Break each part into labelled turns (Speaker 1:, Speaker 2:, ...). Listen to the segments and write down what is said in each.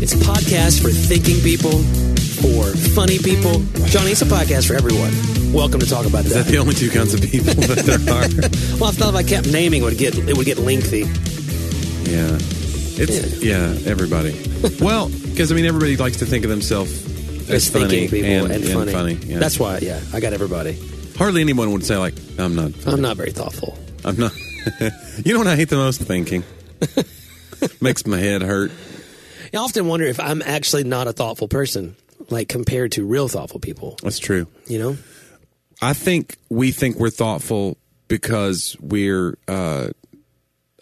Speaker 1: It's a podcast for thinking people, for funny people. Johnny, it's a podcast for everyone. Welcome to talk about
Speaker 2: Is that
Speaker 1: that.
Speaker 2: the only two kinds of people that there are?
Speaker 1: well, I thought if I kept naming, it would get it would get lengthy.
Speaker 2: yeah. It's yeah, everybody. Well, because I mean, everybody likes to think of themselves as,
Speaker 1: It's
Speaker 2: funny
Speaker 1: thinking people and, funny.
Speaker 2: yeah.
Speaker 1: That's why, yeah, I got everybody.
Speaker 2: hardly anyone would say like, "I'm not. Funny.
Speaker 1: I'm not very thoughtful.
Speaker 2: I'm not." you know what I hate the most? Thinking makes my head hurt.
Speaker 1: I often wonder if I'm actually not a thoughtful person, like compared to real thoughtful people.
Speaker 2: That's true.
Speaker 1: You know,
Speaker 2: I think we think we're thoughtful because we're uh,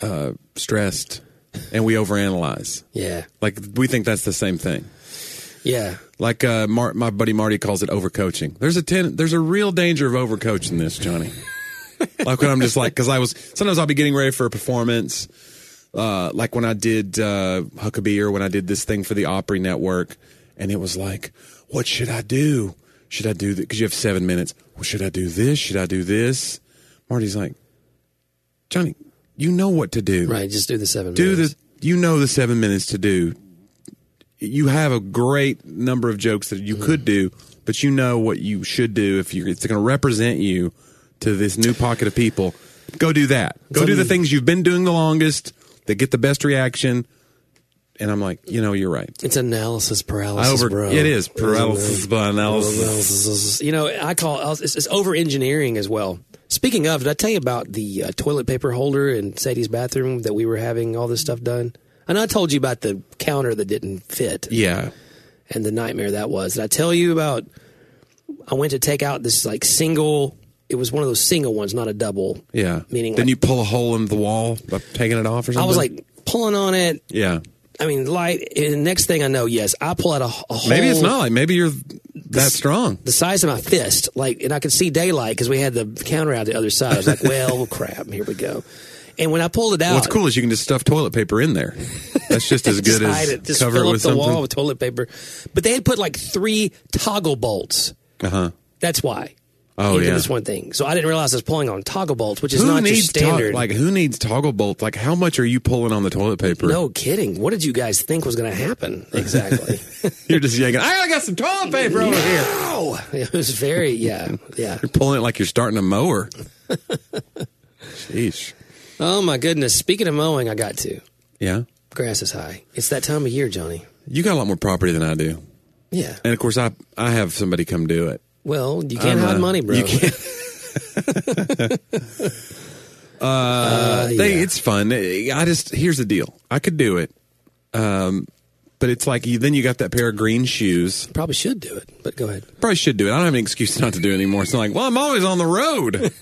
Speaker 2: uh, stressed and we overanalyze.
Speaker 1: yeah,
Speaker 2: Like we think that's the same thing.
Speaker 1: yeah.
Speaker 2: Like uh, Mar- my buddy Marty calls it overcoaching. There's a ten- there's a real danger of overcoaching this, Johnny. like when I'm just like, because I was sometimes I'll be getting ready for a performance, uh, like when I did uh, Huckabee or when I did this thing for the Opry Network, and it was like, what should I do? Should I do that? Because you have seven minutes. Well, should I do this? Should I do this? Marty's like, Johnny, you know what to do
Speaker 1: Right, just do the seven.
Speaker 2: do
Speaker 1: minutes.
Speaker 2: the you know the seven minutes to do you have a great number of jokes that you could do but you know what you should do if you it's going to represent you to this new pocket of people go do that go do the things you've been doing the longest that get the best reaction and i'm like you know you're right
Speaker 1: It's analysis
Speaker 2: I
Speaker 1: paralysis,
Speaker 2: over
Speaker 1: bro.
Speaker 2: it is paralysis by analysis
Speaker 1: Analysis. You know, I call it's, it's over engineering as well. Speaking of, did I tell you about the uh, toilet paper holder in Sadie's bathroom that we were having all this stuff done? And I told you about the counter that didn't fit
Speaker 2: yeah
Speaker 1: and the nightmare that was. Did I tell you about? I went to take out this like single. It was one of those single ones, not a double.
Speaker 2: yeah
Speaker 1: Meaning
Speaker 2: then
Speaker 1: like-
Speaker 2: you pull a hole in the wall by taking it off or something
Speaker 1: I was like pulling on it.
Speaker 2: yeah
Speaker 1: I mean, light. And the next thing I know, yes, I pull out a, a whole.
Speaker 2: maybe it's not like maybe you're that strong
Speaker 1: the size of my fist, like, and I could see daylight because we had the counter out the other side. I was like, well, crap, here we go. And when I pulled it out,
Speaker 2: What's cool is you can just stuff toilet paper in there. That's just as
Speaker 1: just
Speaker 2: good as
Speaker 1: hide it, just
Speaker 2: cover
Speaker 1: fill
Speaker 2: it
Speaker 1: up
Speaker 2: with
Speaker 1: the
Speaker 2: something.
Speaker 1: wall with toilet paper. But they had put like three toggle bolts.
Speaker 2: uh huh.
Speaker 1: That's why.
Speaker 2: Oh,
Speaker 1: into
Speaker 2: yeah.
Speaker 1: This one thing. So I didn't realize I was pulling on toggle bolts, which is
Speaker 2: Who
Speaker 1: not your
Speaker 2: needs to-
Speaker 1: standard.
Speaker 2: like who needs toggle bolts? Like how much are you pulling on the toilet paper?
Speaker 1: no kidding. What did you guys think was going to happen exactly?
Speaker 2: You're just yanking. I got some toilet paper over here.
Speaker 1: oh, it was very yeah, yeah.
Speaker 2: You're pulling it like you're starting a mower. Sheesh.
Speaker 1: Oh my goodness. Speaking of mowing, I got to.
Speaker 2: Yeah.
Speaker 1: Grass is high. It's that time of year, Johnny.
Speaker 2: You got a lot more property than I do,
Speaker 1: Yeah.
Speaker 2: and of course I I have somebody come do it.
Speaker 1: Well, you can't
Speaker 2: I'm,
Speaker 1: hide
Speaker 2: uh,
Speaker 1: money, bro.
Speaker 2: You can't. uh, they,
Speaker 1: yeah.
Speaker 2: It's fun. I just here's the deal. I could do it, um, but it's like you, then you got that pair of green shoes.
Speaker 1: Probably should do it, but go ahead.
Speaker 2: Probably should do it. I don't have an excuse not to do it anymore. It's not like, well, I'm always on the road.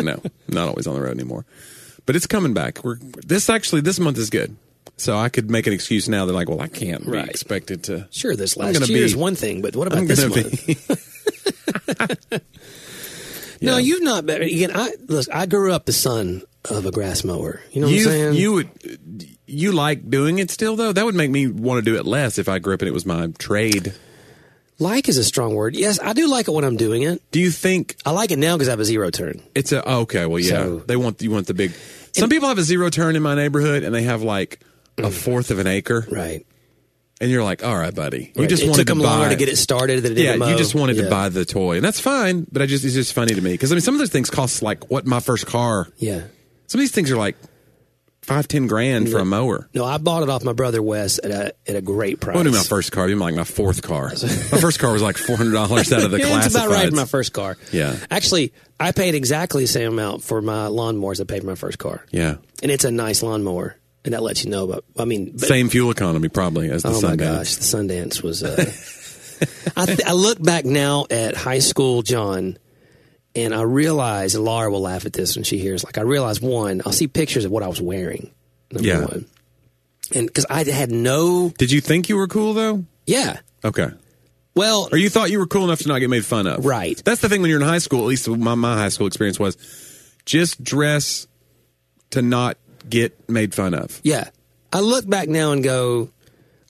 Speaker 2: no, not always on the road anymore. But it's coming back. We're this actually this month is good. So I could make an excuse now. They're like, well, I can't
Speaker 1: Right.
Speaker 2: be expected to.
Speaker 1: Sure, this
Speaker 2: I'm
Speaker 1: last
Speaker 2: gonna
Speaker 1: year
Speaker 2: be-
Speaker 1: is one thing, but what about
Speaker 2: I'm
Speaker 1: this
Speaker 2: gonna
Speaker 1: month?
Speaker 2: be.
Speaker 1: No,
Speaker 2: Yeah.
Speaker 1: you've not been. Again, I look. I grew up the son of a grass mower. You know what
Speaker 2: you
Speaker 1: I'm saying?
Speaker 2: you would you like doing it still though? That would make me want to do it less if I grew up and it was my trade.
Speaker 1: like is a strong word. Yes, I do like it when I'm doing it.
Speaker 2: Do you think
Speaker 1: I like it now because I have a zero turn.
Speaker 2: it's a oh, okay? Well, yeah,
Speaker 1: So-
Speaker 2: they want you want the big. Some people have a zero turn in my neighborhood and they have like a fourth of an acre,
Speaker 1: Mm. Right.
Speaker 2: and you're like, all right, buddy, you
Speaker 1: Right.
Speaker 2: just
Speaker 1: it
Speaker 2: wanted
Speaker 1: took them
Speaker 2: to
Speaker 1: longer
Speaker 2: buy
Speaker 1: to get it started than it did
Speaker 2: Yeah,
Speaker 1: to mow.
Speaker 2: you just wanted
Speaker 1: Yeah.
Speaker 2: to buy the toy, and that's fine. But I just it's just funny to me because I mean some of those things cost like what my first car.
Speaker 1: Yeah.
Speaker 2: Some of these things are like five ten grand for a mower.
Speaker 1: No, I bought it off my brother Wes at a at a great price.
Speaker 2: I wouldn't do my first car. I like my fourth car. My first car was like four hundred dollars out of the
Speaker 1: Yeah,
Speaker 2: classifieds.
Speaker 1: That's about right for my first car.
Speaker 2: Yeah.
Speaker 1: Actually, I paid exactly the same amount for my lawnmower as I paid for my first car.
Speaker 2: yeah,
Speaker 1: And it's a nice lawnmower. And that lets you know about, I mean, but,
Speaker 2: same fuel economy probably as the
Speaker 1: oh
Speaker 2: Sundance.
Speaker 1: my gosh, the Sundance was, uh, I, th- I look back now at high school John and I realize, and Laura will laugh at this when she hears, like, I realize one, I'll see pictures of what I was wearing. Number
Speaker 2: Yeah.
Speaker 1: one. And because I had no,
Speaker 2: Did you think you were cool though?
Speaker 1: yeah.
Speaker 2: Okay.
Speaker 1: Well,
Speaker 2: Or you thought you were cool enough to not get made fun of.
Speaker 1: Right.
Speaker 2: That's the thing when you're in high school, at least my, my high school experience was just dress to not get made fun of.
Speaker 1: Yeah. I look back now and go,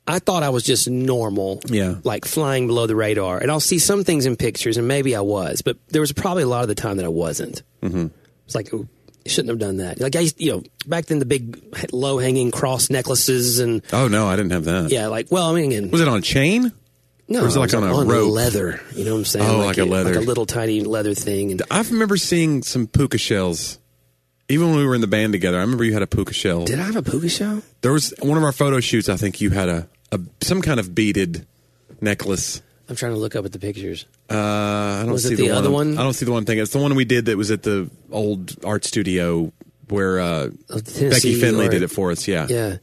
Speaker 1: I thought I was just normal.
Speaker 2: Yeah.
Speaker 1: Like flying below the radar. And I'll see some things in pictures, and maybe I was, but there was probably a lot of the time that I wasn't. Mm-hmm. It's like, ooh, You shouldn't have done that. Like I, used- you know, back then the big low hanging cross necklaces and
Speaker 2: Oh no, I didn't have that.
Speaker 1: yeah, like well, I mean, again,
Speaker 2: Was it on a chain?
Speaker 1: no,
Speaker 2: or was it like
Speaker 1: was
Speaker 2: on a rope?
Speaker 1: leather. You know what I'm saying?
Speaker 2: Oh, like a leather.
Speaker 1: like a little tiny leather thing. And
Speaker 2: I remember seeing some puka shells. Even when we were in the band together, I remember you had a puka shell.
Speaker 1: did I have a puka shell?
Speaker 2: There was one of our photo shoots. I think you had a, a some kind of beaded necklace.
Speaker 1: I'm trying to look up at the pictures.
Speaker 2: Uh, I don't
Speaker 1: Was it
Speaker 2: see
Speaker 1: the other one?
Speaker 2: I don't see the one thing. It's the one we did that was at the old art studio where uh,
Speaker 1: Of the
Speaker 2: Becky
Speaker 1: Tennessee
Speaker 2: Finley
Speaker 1: art.
Speaker 2: did it for us. Yeah.
Speaker 1: Yeah.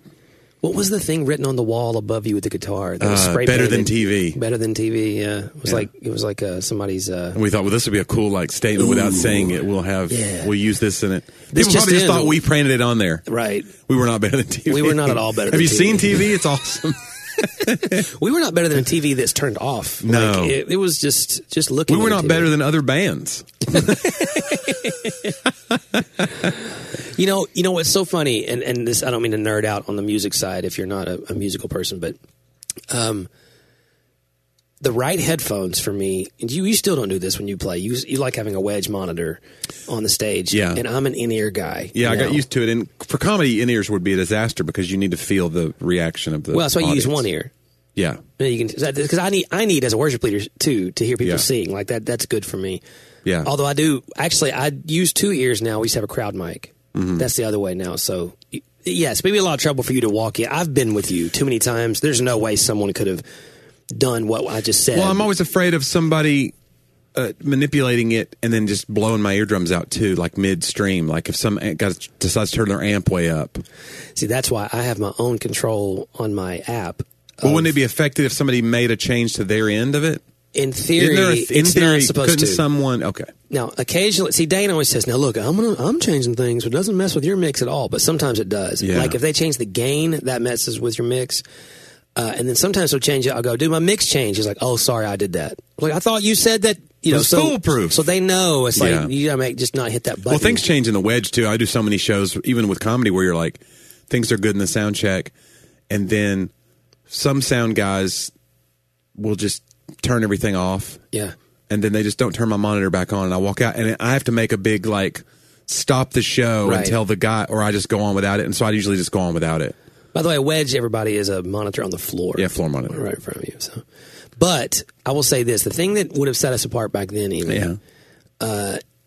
Speaker 1: What was the thing written on the wall above you with the guitar? That was
Speaker 2: Uh,
Speaker 1: spray
Speaker 2: better than
Speaker 1: painted?
Speaker 2: TV.
Speaker 1: Better than TV. Yeah, it was like it was like uh, somebody's. Uh,
Speaker 2: And we thought, well, this would be a cool like statement without saying it. We'll have
Speaker 1: Yeah.
Speaker 2: we'll use this in it. People
Speaker 1: This just
Speaker 2: probably just
Speaker 1: in.
Speaker 2: thought we printed it on there.
Speaker 1: right.
Speaker 2: We were not better than TV.
Speaker 1: We were not at all better
Speaker 2: Have
Speaker 1: than
Speaker 2: you
Speaker 1: TV.
Speaker 2: seen TV? It's awesome.
Speaker 1: We were not better than a TV that's turned off.
Speaker 2: No.
Speaker 1: like, it, it was just just looking.
Speaker 2: we were
Speaker 1: at a
Speaker 2: not
Speaker 1: TV.
Speaker 2: better than other bands.
Speaker 1: You know, you know what's so funny, and and this I don't mean to nerd out on the music side if you're not a, a musical person, but um, the right headphones for me, and you you still don't do this when you play. You you like having a wedge monitor on the stage,
Speaker 2: Yeah.
Speaker 1: And I'm an in ear guy.
Speaker 2: Yeah, I got
Speaker 1: now.
Speaker 2: used to it. And for comedy, in ears would be a disaster because you need to feel the reaction of the.
Speaker 1: Well, that's why you use
Speaker 2: audience.
Speaker 1: one ear.
Speaker 2: Yeah,
Speaker 1: Yeah, you can because I need I need as a worship leader too to hear people
Speaker 2: Yeah.
Speaker 1: sing like that. That's good for me.
Speaker 2: yeah.
Speaker 1: Although I do actually I use two ears now. We used to have a crowd mic.
Speaker 2: Mm-hmm.
Speaker 1: That's the other way now. So y- yes, maybe a lot of trouble for you to walk in. I've been with you too many times. There's no way someone could have done what I just said.
Speaker 2: well, I'm always afraid of somebody uh, manipulating it and then just blowing my eardrums out too, like midstream. Like if some a- guy decides to turn their amp way up.
Speaker 1: See, that's why I have my own control on my app.
Speaker 2: Well, wouldn't it be effective if somebody made a change to their end of it?
Speaker 1: In
Speaker 2: Isn't
Speaker 1: theory,
Speaker 2: there a- in
Speaker 1: it's
Speaker 2: theory,
Speaker 1: not supposed
Speaker 2: couldn't
Speaker 1: to.
Speaker 2: someone? Okay,
Speaker 1: Now, occasionally, see, Dane always says, "Now look, I'm gonna, I'm changing things, but it doesn't mess with your mix at all." But sometimes it does.
Speaker 2: Yeah.
Speaker 1: Like if they change the gain, that messes with your mix. Uh, and then sometimes they'll change it. I'll go, "Dude, my mix changed." He's like, "Oh, sorry, I did that." Like I thought you said that. You know,
Speaker 2: It's
Speaker 1: so
Speaker 2: foolproof.
Speaker 1: So they know it's like
Speaker 2: Yeah.
Speaker 1: you gotta make just not hit that button.
Speaker 2: Well, things change in the wedge too. I do so many shows, even with comedy, where you're like, things are good in the sound check, and then some sound guys will just turn everything off,
Speaker 1: Yeah.
Speaker 2: and then they just don't turn my monitor back on, and I walk out, and I have to make a big like stop the show
Speaker 1: Right.
Speaker 2: and tell the guy, or I just go on without it, and so I usually just go on without it.
Speaker 1: By the way, wedge everybody is a monitor on the floor.
Speaker 2: Yeah, floor monitor.
Speaker 1: right in front of you. So, but I will say this: the thing that would have set us apart back then, even,
Speaker 2: Yeah.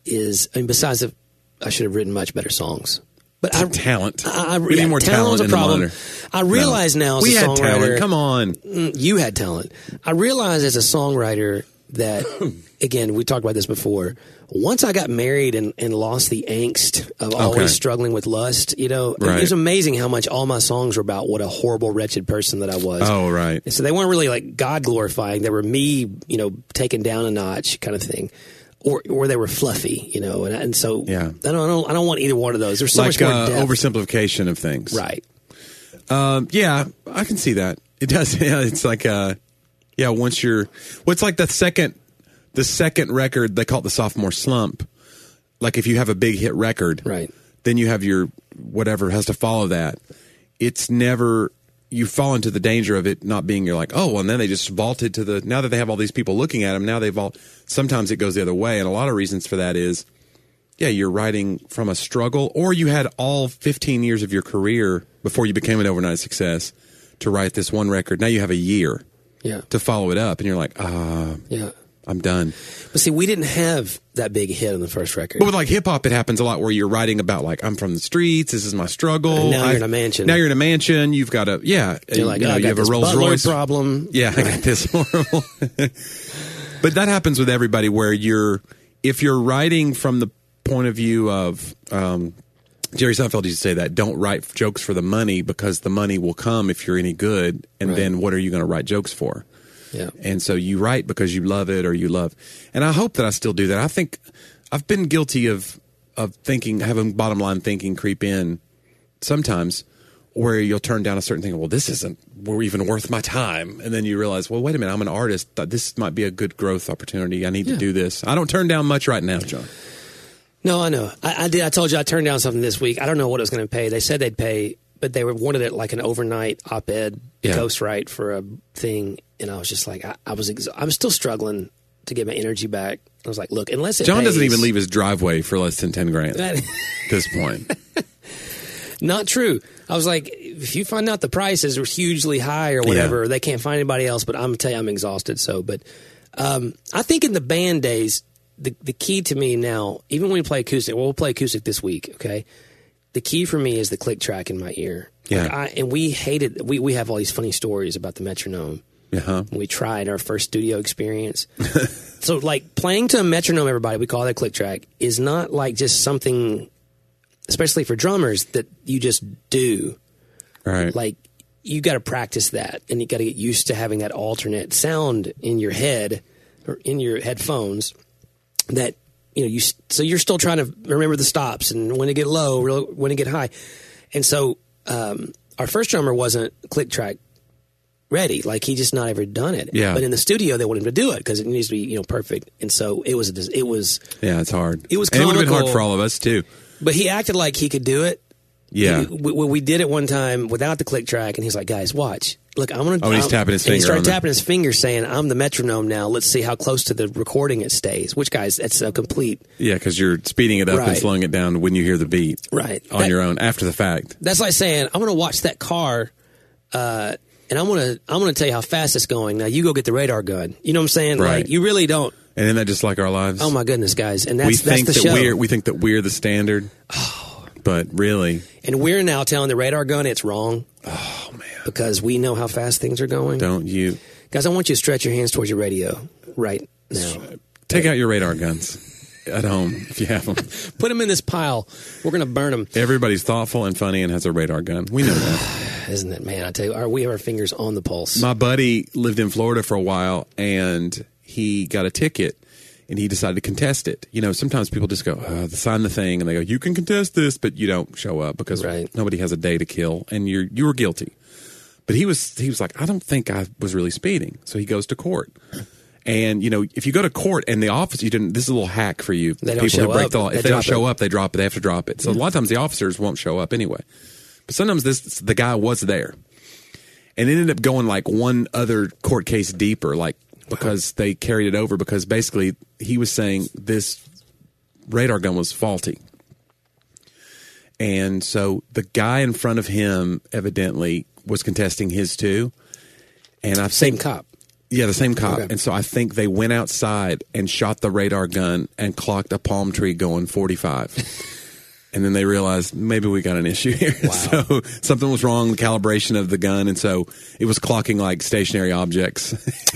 Speaker 1: is I mean, besides the, I should have written much better songs. But I,
Speaker 2: Talent.
Speaker 1: I, I
Speaker 2: We need
Speaker 1: yeah,
Speaker 2: more
Speaker 1: talent's
Speaker 2: talent
Speaker 1: a
Speaker 2: in the
Speaker 1: problem.
Speaker 2: monitor.
Speaker 1: I realize now as
Speaker 2: we
Speaker 1: a
Speaker 2: had
Speaker 1: songwriter,
Speaker 2: talent. Come on.
Speaker 1: mm, you had talent. I realize as a songwriter that again we talked about this before. Once I got married and, and lost the angst of
Speaker 2: Okay.
Speaker 1: always struggling with lust, you know, it- it
Speaker 2: Right.
Speaker 1: was amazing how much all my songs were about what a horrible, wretched person that I was.
Speaker 2: Oh right.
Speaker 1: And so they weren't really like God glorifying. They were me, you know, taken down a notch kind of thing. Or, or they were fluffy, you know, and, and so
Speaker 2: Yeah.
Speaker 1: I don't, I don't, I don't want either one of those. There's so
Speaker 2: like
Speaker 1: much more
Speaker 2: uh,
Speaker 1: depth.
Speaker 2: oversimplification of things.
Speaker 1: right.
Speaker 2: Yeah, I can see that. It does. Yeah, it's like uh yeah, once you're what's like the second the second record they call it the sophomore slump. Like if you have a big hit record,
Speaker 1: Right.
Speaker 2: Then you have your whatever has to follow that. It's never you fall into the danger of it not being you're like, "Oh, well, and then they just vaulted to the now that they have all these people looking at them, now they've all sometimes it goes the other way and a lot of reasons for that is yeah, you're writing from a struggle, or you had all 15 years of your career before you became an overnight success to write this one record. Now you have a year
Speaker 1: Yeah.
Speaker 2: to follow it up, and you're like, ah,
Speaker 1: Yeah.
Speaker 2: I'm done.
Speaker 1: But see, we didn't have that big hit on the first record.
Speaker 2: But with like hip hop, it happens a lot where you're writing about like I'm from the streets, this is my struggle.
Speaker 1: And now you're
Speaker 2: I've-
Speaker 1: in a mansion.
Speaker 2: Now you're in a mansion. You've got a yeah.
Speaker 1: You're like,
Speaker 2: you,
Speaker 1: oh,
Speaker 2: know,
Speaker 1: I
Speaker 2: you
Speaker 1: got
Speaker 2: have a
Speaker 1: this
Speaker 2: Rolls
Speaker 1: butler
Speaker 2: Royce.
Speaker 1: problem.
Speaker 2: Yeah, I got this horrible. but that happens with everybody where you're if you're writing from the point of view of um, Jerry Seinfeld used to say that don't write jokes for the money because the money will come if you're any good, and
Speaker 1: Right.
Speaker 2: then what are you going to write jokes for?
Speaker 1: Yeah.
Speaker 2: And so you write because you love it or you love. And I hope that I still do that. I think I've been guilty of of thinking having bottom line thinking creep in sometimes where you'll turn down a certain thing, well this isn't well, even worth my time and then you realize, well wait a minute, I'm an artist. Th- This might be a good growth opportunity. I need to do this. I don't turn down much right now, John.
Speaker 1: No, I know. I, I did. I told you I turned down something this week. I don't know what it was going to pay. They said they'd pay, but they were wanted it like an overnight op-ed
Speaker 2: Yeah.
Speaker 1: ghostwrite for a thing, and I was just like, I, I was. Ex- I'm still struggling to get my energy back. I was like, look, unless it
Speaker 2: John doesn't
Speaker 1: pays-
Speaker 2: even leave his driveway for less than 10 grand at
Speaker 1: That-
Speaker 2: this point.
Speaker 1: Not true. I was like, if you find out the prices are hugely high or whatever, they can't find anybody else. But I'm gonna tell you, I'm exhausted. So, but um, I think in the band days, the the key to me now, even when we play acoustic, well, we'll play acoustic this week. Okay, the key for me is the click track in my ear.
Speaker 2: Yeah.
Speaker 1: Like, I, and we hated. We we have all these funny stories about the metronome.
Speaker 2: Uh-huh.
Speaker 1: We tried our first studio experience. so, like playing to a metronome, everybody we call that click track is not like just something, especially for drummers, that you just do
Speaker 2: All right.
Speaker 1: like you got to practice that and you got to get used to having that alternate sound in your head or in your headphones that you know you s- so you're still trying to remember the stops and when to get low real- when to get high and so um, our first drummer wasn't click track ready like he just not ever done it
Speaker 2: Yeah.
Speaker 1: but in the studio they want him to do it because it needs to be you know perfect and so it was a dis- it was
Speaker 2: yeah, it's hard.
Speaker 1: It was
Speaker 2: And it would have been hard
Speaker 1: comical.
Speaker 2: for all of us, too.
Speaker 1: but he acted like he could do it
Speaker 2: Yeah.
Speaker 1: we, we, we did it one time without the click track, and he's like, "Guys, watch! Look, I'm gonna."
Speaker 2: Oh, and he's
Speaker 1: I'm-
Speaker 2: tapping his
Speaker 1: and He
Speaker 2: finger
Speaker 1: started
Speaker 2: on the-
Speaker 1: tapping his finger, saying, "I'm the metronome now. Let's see how close to the recording it stays." Which, guys, that's a complete
Speaker 2: Yeah, because you're speeding it up and
Speaker 1: Right.
Speaker 2: slowing it down when you hear the beat
Speaker 1: right
Speaker 2: on your own after the fact.
Speaker 1: That's like saying, "I'm gonna watch that car." Uh, and I'm gonna I'm gonna tell you how fast it's going. Now you go get the radar gun. You know what I'm saying?
Speaker 2: Right.
Speaker 1: Like you really don't.
Speaker 2: And isn't that just like our lives?
Speaker 1: Oh my goodness, guys! And that's
Speaker 2: we
Speaker 1: that's
Speaker 2: think
Speaker 1: the
Speaker 2: that
Speaker 1: show.
Speaker 2: we're we think that we're the standard, but really,
Speaker 1: and we're now telling the radar gun it's wrong. Oh man! Because we know how fast things are going.
Speaker 2: don't you
Speaker 1: Guys, I want you to stretch your hands towards your radio right now.
Speaker 2: take out your radar guns at home if you have them?
Speaker 1: Put them in this pile. We're going to burn them.
Speaker 2: Everybody's thoughtful and funny and has a radar gun. We know that.
Speaker 1: Isn't it, man? I tell you, our, we have our fingers on the pulse.
Speaker 2: My buddy lived in Florida for a while, and he got a ticket. And he decided to contest it. You know, sometimes people just go, uh, sign the thing, and they go, "You can contest this," but you don't show up because
Speaker 1: Right.
Speaker 2: nobody has a day to kill, and you're you were guilty. But he was he was like, I don't think I was really speeding. So he goes to court. And you know, if you go to court and the officer, you didn't. This is a little hack for you.
Speaker 1: They don't
Speaker 2: People
Speaker 1: show
Speaker 2: who break
Speaker 1: up.
Speaker 2: the law. If
Speaker 1: They
Speaker 2: they, don't
Speaker 1: drop
Speaker 2: show
Speaker 1: it.
Speaker 2: up, they drop it. They have to drop it. So a lot of times the officers won't show up anyway. But sometimes this the guy was there, and it ended up going like one other court case deeper, like because they carried it over because basically he was saying this radar gun was faulty. And so the guy in front of him evidently was contesting his too. And I've
Speaker 1: Same cop.
Speaker 2: yeah, the same cop.
Speaker 1: Okay.
Speaker 2: And so I think they went outside and shot the radar gun and clocked a palm tree going 45. and then they realized maybe we got an issue here. So something was wrong, the calibration of the gun. And so it was clocking like stationary objects.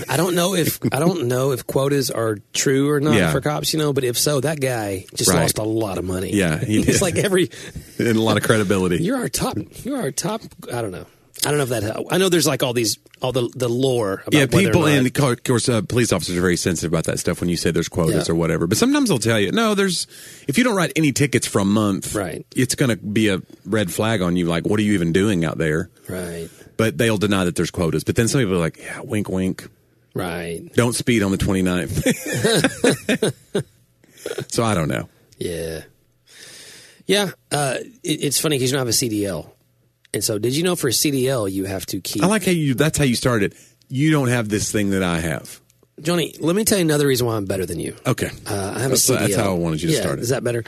Speaker 1: I don't know if I don't know if quotas are true or not
Speaker 2: Yeah.
Speaker 1: for cops. You know, but if so, that guy just
Speaker 2: Right.
Speaker 1: lost a lot of money.
Speaker 2: Yeah, he
Speaker 1: it's
Speaker 2: did.
Speaker 1: like every
Speaker 2: and a lot of credibility.
Speaker 1: you're our top. You're our top. I don't know. I don't know if that. I know there's like all these all the the lore. About
Speaker 2: Yeah,
Speaker 1: whether or
Speaker 2: people
Speaker 1: not-
Speaker 2: and of course uh, police officers are very sensitive about that stuff when you say there's quotas
Speaker 1: Yeah.
Speaker 2: or whatever. But sometimes they'll tell you, no, there's if you don't write any tickets for a month,
Speaker 1: Right.
Speaker 2: It's going to be a red flag on you. Like, what are you even doing out there?
Speaker 1: right,
Speaker 2: but they'll deny that there's quotas. But then some people are like, yeah, wink, wink,
Speaker 1: right,
Speaker 2: don't speed on the 29th. so I don't know.
Speaker 1: yeah, yeah. Uh, it, it's funny because you don't have a CDL, and so did you know for a CDL you have to keep
Speaker 2: I like how you, that's how you started. You don't have this thing that I have.
Speaker 1: Johnny, let me tell you another reason why I'm better than you.
Speaker 2: Okay.
Speaker 1: Uh, I have
Speaker 2: Oh, that's,
Speaker 1: a CDL.
Speaker 2: That's how I wanted you to
Speaker 1: Yeah,
Speaker 2: start
Speaker 1: Is
Speaker 2: it.
Speaker 1: that better?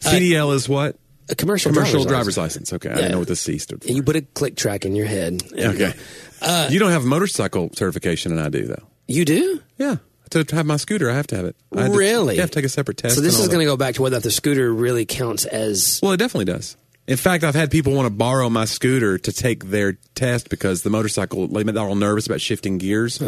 Speaker 2: CDL is what?
Speaker 1: A commercial
Speaker 2: Commercial
Speaker 1: driver's,
Speaker 2: driver's, license. Okay. I
Speaker 1: Yeah.
Speaker 2: didn't know what the C stood for.
Speaker 1: And you put a click track in your head. And-
Speaker 2: okay.
Speaker 1: Uh,
Speaker 2: you don't have motorcycle certification, and I do, though.
Speaker 1: You do?
Speaker 2: Yeah. To have my scooter, I have to have it. I had to-
Speaker 1: Really?
Speaker 2: yeah, I have to take a separate test.
Speaker 1: So this is going
Speaker 2: to.
Speaker 1: to go back to whether the scooter really counts as
Speaker 2: Well, it definitely does. In fact, I've had people want to borrow my scooter to take their test because the motorcycle, like, they're all nervous about shifting gears.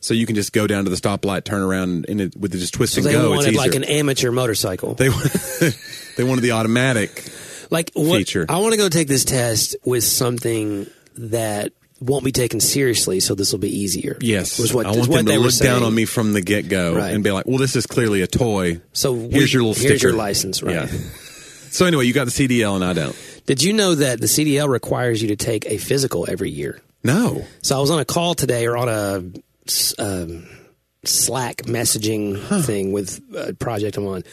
Speaker 2: So you can just go down to the stoplight, turn around, and it, with the just twist and
Speaker 1: they
Speaker 2: go.
Speaker 1: wanted
Speaker 2: it's
Speaker 1: like
Speaker 2: easier.
Speaker 1: an amateur motorcycle.
Speaker 2: they they wanted the automatic.
Speaker 1: like what,
Speaker 2: feature.
Speaker 1: I want to go take this test with something that won't be taken seriously, so this will be easier.
Speaker 2: Yes,
Speaker 1: was what
Speaker 2: I
Speaker 1: is
Speaker 2: want
Speaker 1: what
Speaker 2: them
Speaker 1: they
Speaker 2: to
Speaker 1: were
Speaker 2: look
Speaker 1: saying.
Speaker 2: down on me from the get go
Speaker 1: Right.
Speaker 2: and be like, "Well, this is clearly a toy."
Speaker 1: So we-
Speaker 2: here's your little sticker.
Speaker 1: here's your license, right?
Speaker 2: Yeah. So anyway, you got the CDL and I don't.
Speaker 1: Did you know that the CDL requires you to take a physical every year?
Speaker 2: No,
Speaker 1: So I was on a call today or on a um, Slack messaging thing with a project I'm on.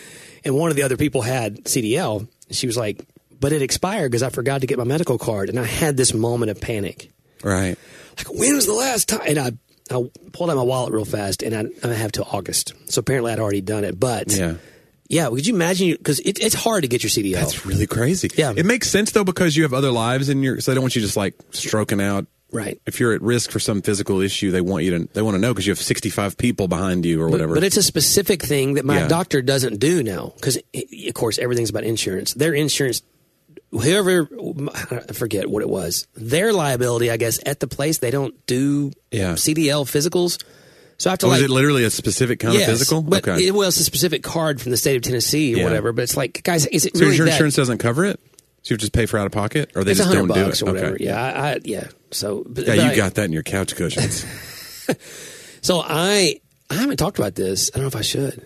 Speaker 1: And one of the other people had CDL. She was like, but it expired because I forgot to get my medical card. And I had this moment of panic.
Speaker 2: right?
Speaker 1: Like, when was the last time? And I I pulled out my wallet real fast, and I, I'm gonna have till August. So apparently, I'd already done it. But
Speaker 2: Yeah.
Speaker 1: yeah, could you imagine? Because it, it's hard to get your CDL.
Speaker 2: That's really crazy.
Speaker 1: Yeah.
Speaker 2: It makes sense though because you have other lives and you're so they don't want you just like stroking out.
Speaker 1: right.
Speaker 2: If you're at risk for some physical issue, they want you to they want to know because you have 65 people behind you or whatever.
Speaker 1: But it's a specific thing that my
Speaker 2: Yeah.
Speaker 1: doctor doesn't do now because, of course, everything's about insurance. Their insurance, whoever, I forget what it was, their liability, I guess, at the place, they don't do
Speaker 2: Yeah.
Speaker 1: CDL physicals. So I have to
Speaker 2: oh,
Speaker 1: like.
Speaker 2: is it literally a specific kind
Speaker 1: Yes,
Speaker 2: of physical?
Speaker 1: But
Speaker 2: okay.
Speaker 1: it, well, it's a specific card from the state of Tennessee or
Speaker 2: Yeah.
Speaker 1: whatever. But it's like, guys, is it
Speaker 2: so
Speaker 1: really
Speaker 2: your
Speaker 1: that-
Speaker 2: insurance doesn't cover it? So you just pay for out of pocket or they
Speaker 1: It's a
Speaker 2: just
Speaker 1: hundred
Speaker 2: don't do
Speaker 1: bucks
Speaker 2: it?
Speaker 1: or whatever.
Speaker 2: Okay.
Speaker 1: Yeah, I, I, yeah. So, but,
Speaker 2: Yeah,
Speaker 1: but
Speaker 2: you
Speaker 1: I-
Speaker 2: got that in your couch cushions.
Speaker 1: So I, I haven't talked about this. I don't know if I should.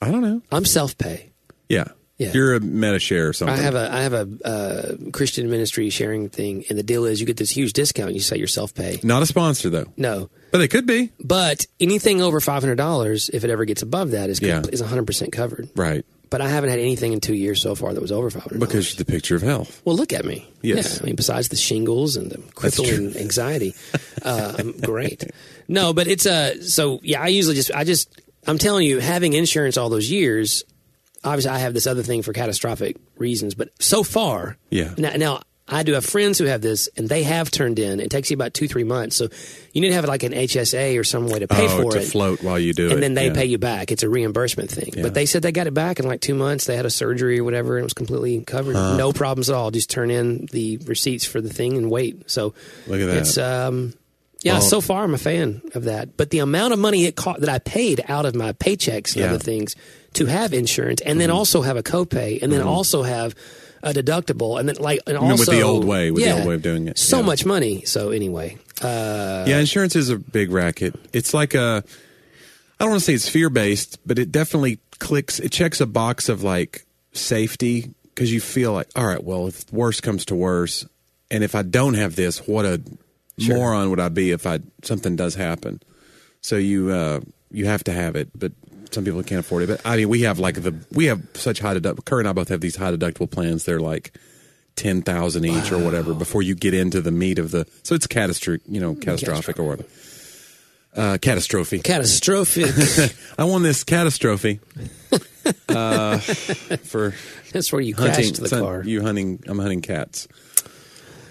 Speaker 2: I don't know.
Speaker 1: I'm self pay.
Speaker 2: Yeah.
Speaker 1: Yeah.
Speaker 2: You're a MetaShare or
Speaker 1: I
Speaker 2: something.
Speaker 1: have a I have a uh, Christian ministry sharing thing, and the deal is you get this huge discount. You say your self pay.
Speaker 2: Not a sponsor though.
Speaker 1: No,
Speaker 2: But they could be.
Speaker 1: but anything over five hundred dollars, if it ever gets above that, is
Speaker 2: Yeah.
Speaker 1: yeah. is one hundred percent covered.
Speaker 2: Right.
Speaker 1: But I haven't had anything in two years so far that was over five hundred.
Speaker 2: Because you're the picture of health.
Speaker 1: well, look at me.
Speaker 2: Yes.
Speaker 1: Yeah, I mean, besides the shingles and the crippling anxiety, uh, I'm great. No, but it's uh, so yeah. I usually just I just I'm telling you, having insurance all those years. Obviously, I have this other thing for catastrophic reasons, but so far,
Speaker 2: Yeah.
Speaker 1: Now, now I do have friends who have this, and they have turned in. It takes you about two three months, so you need to have like an HSA or some way to pay
Speaker 2: oh,
Speaker 1: for
Speaker 2: to
Speaker 1: it
Speaker 2: float while you do it.
Speaker 1: and then they
Speaker 2: Yeah.
Speaker 1: pay you back. It's a reimbursement thing. But they said they got it back in like two months. They had a surgery or whatever, and it was completely covered. No problems at all. Just turn in the receipts for the thing and wait. So
Speaker 2: Look at that. Oh.
Speaker 1: It's um, yeah.
Speaker 2: Well-
Speaker 1: so far, I'm a fan of that. But the amount of money it caught that I paid out of my paychecks and
Speaker 2: Yeah. Mm-hmm.
Speaker 1: other things to have insurance, and then also have a copay, and then also have a deductible, and then like and
Speaker 2: mean,
Speaker 1: also
Speaker 2: with the old way- with the
Speaker 1: yeah,
Speaker 2: old way of doing it.
Speaker 1: So
Speaker 2: Yeah.
Speaker 1: much money. So anyway,
Speaker 2: Yeah, insurance is a big racket. It's like a, I don't want to say it's fear based, but it definitely clicks, it checks a box of like safety because you feel like, all right, well, if worse comes to worse, and if I don't have this, what a moron would I be if I something does happen? So you uh, you have to have it, but some people can't afford it. But I mean, we have like the we have such high deductible. Kerr and I both have these high deductible plans. They're like ten thousand each or whatever before you get into the meat of the. So it's catastrophic, you know, catastrophic or whatever. Uh, catastrophe.
Speaker 1: catastrophic.
Speaker 2: I won this catastrophe uh, for
Speaker 1: That's where you
Speaker 2: hunting
Speaker 1: crashed the
Speaker 2: son-
Speaker 1: car.
Speaker 2: You hunting? I'm hunting cats.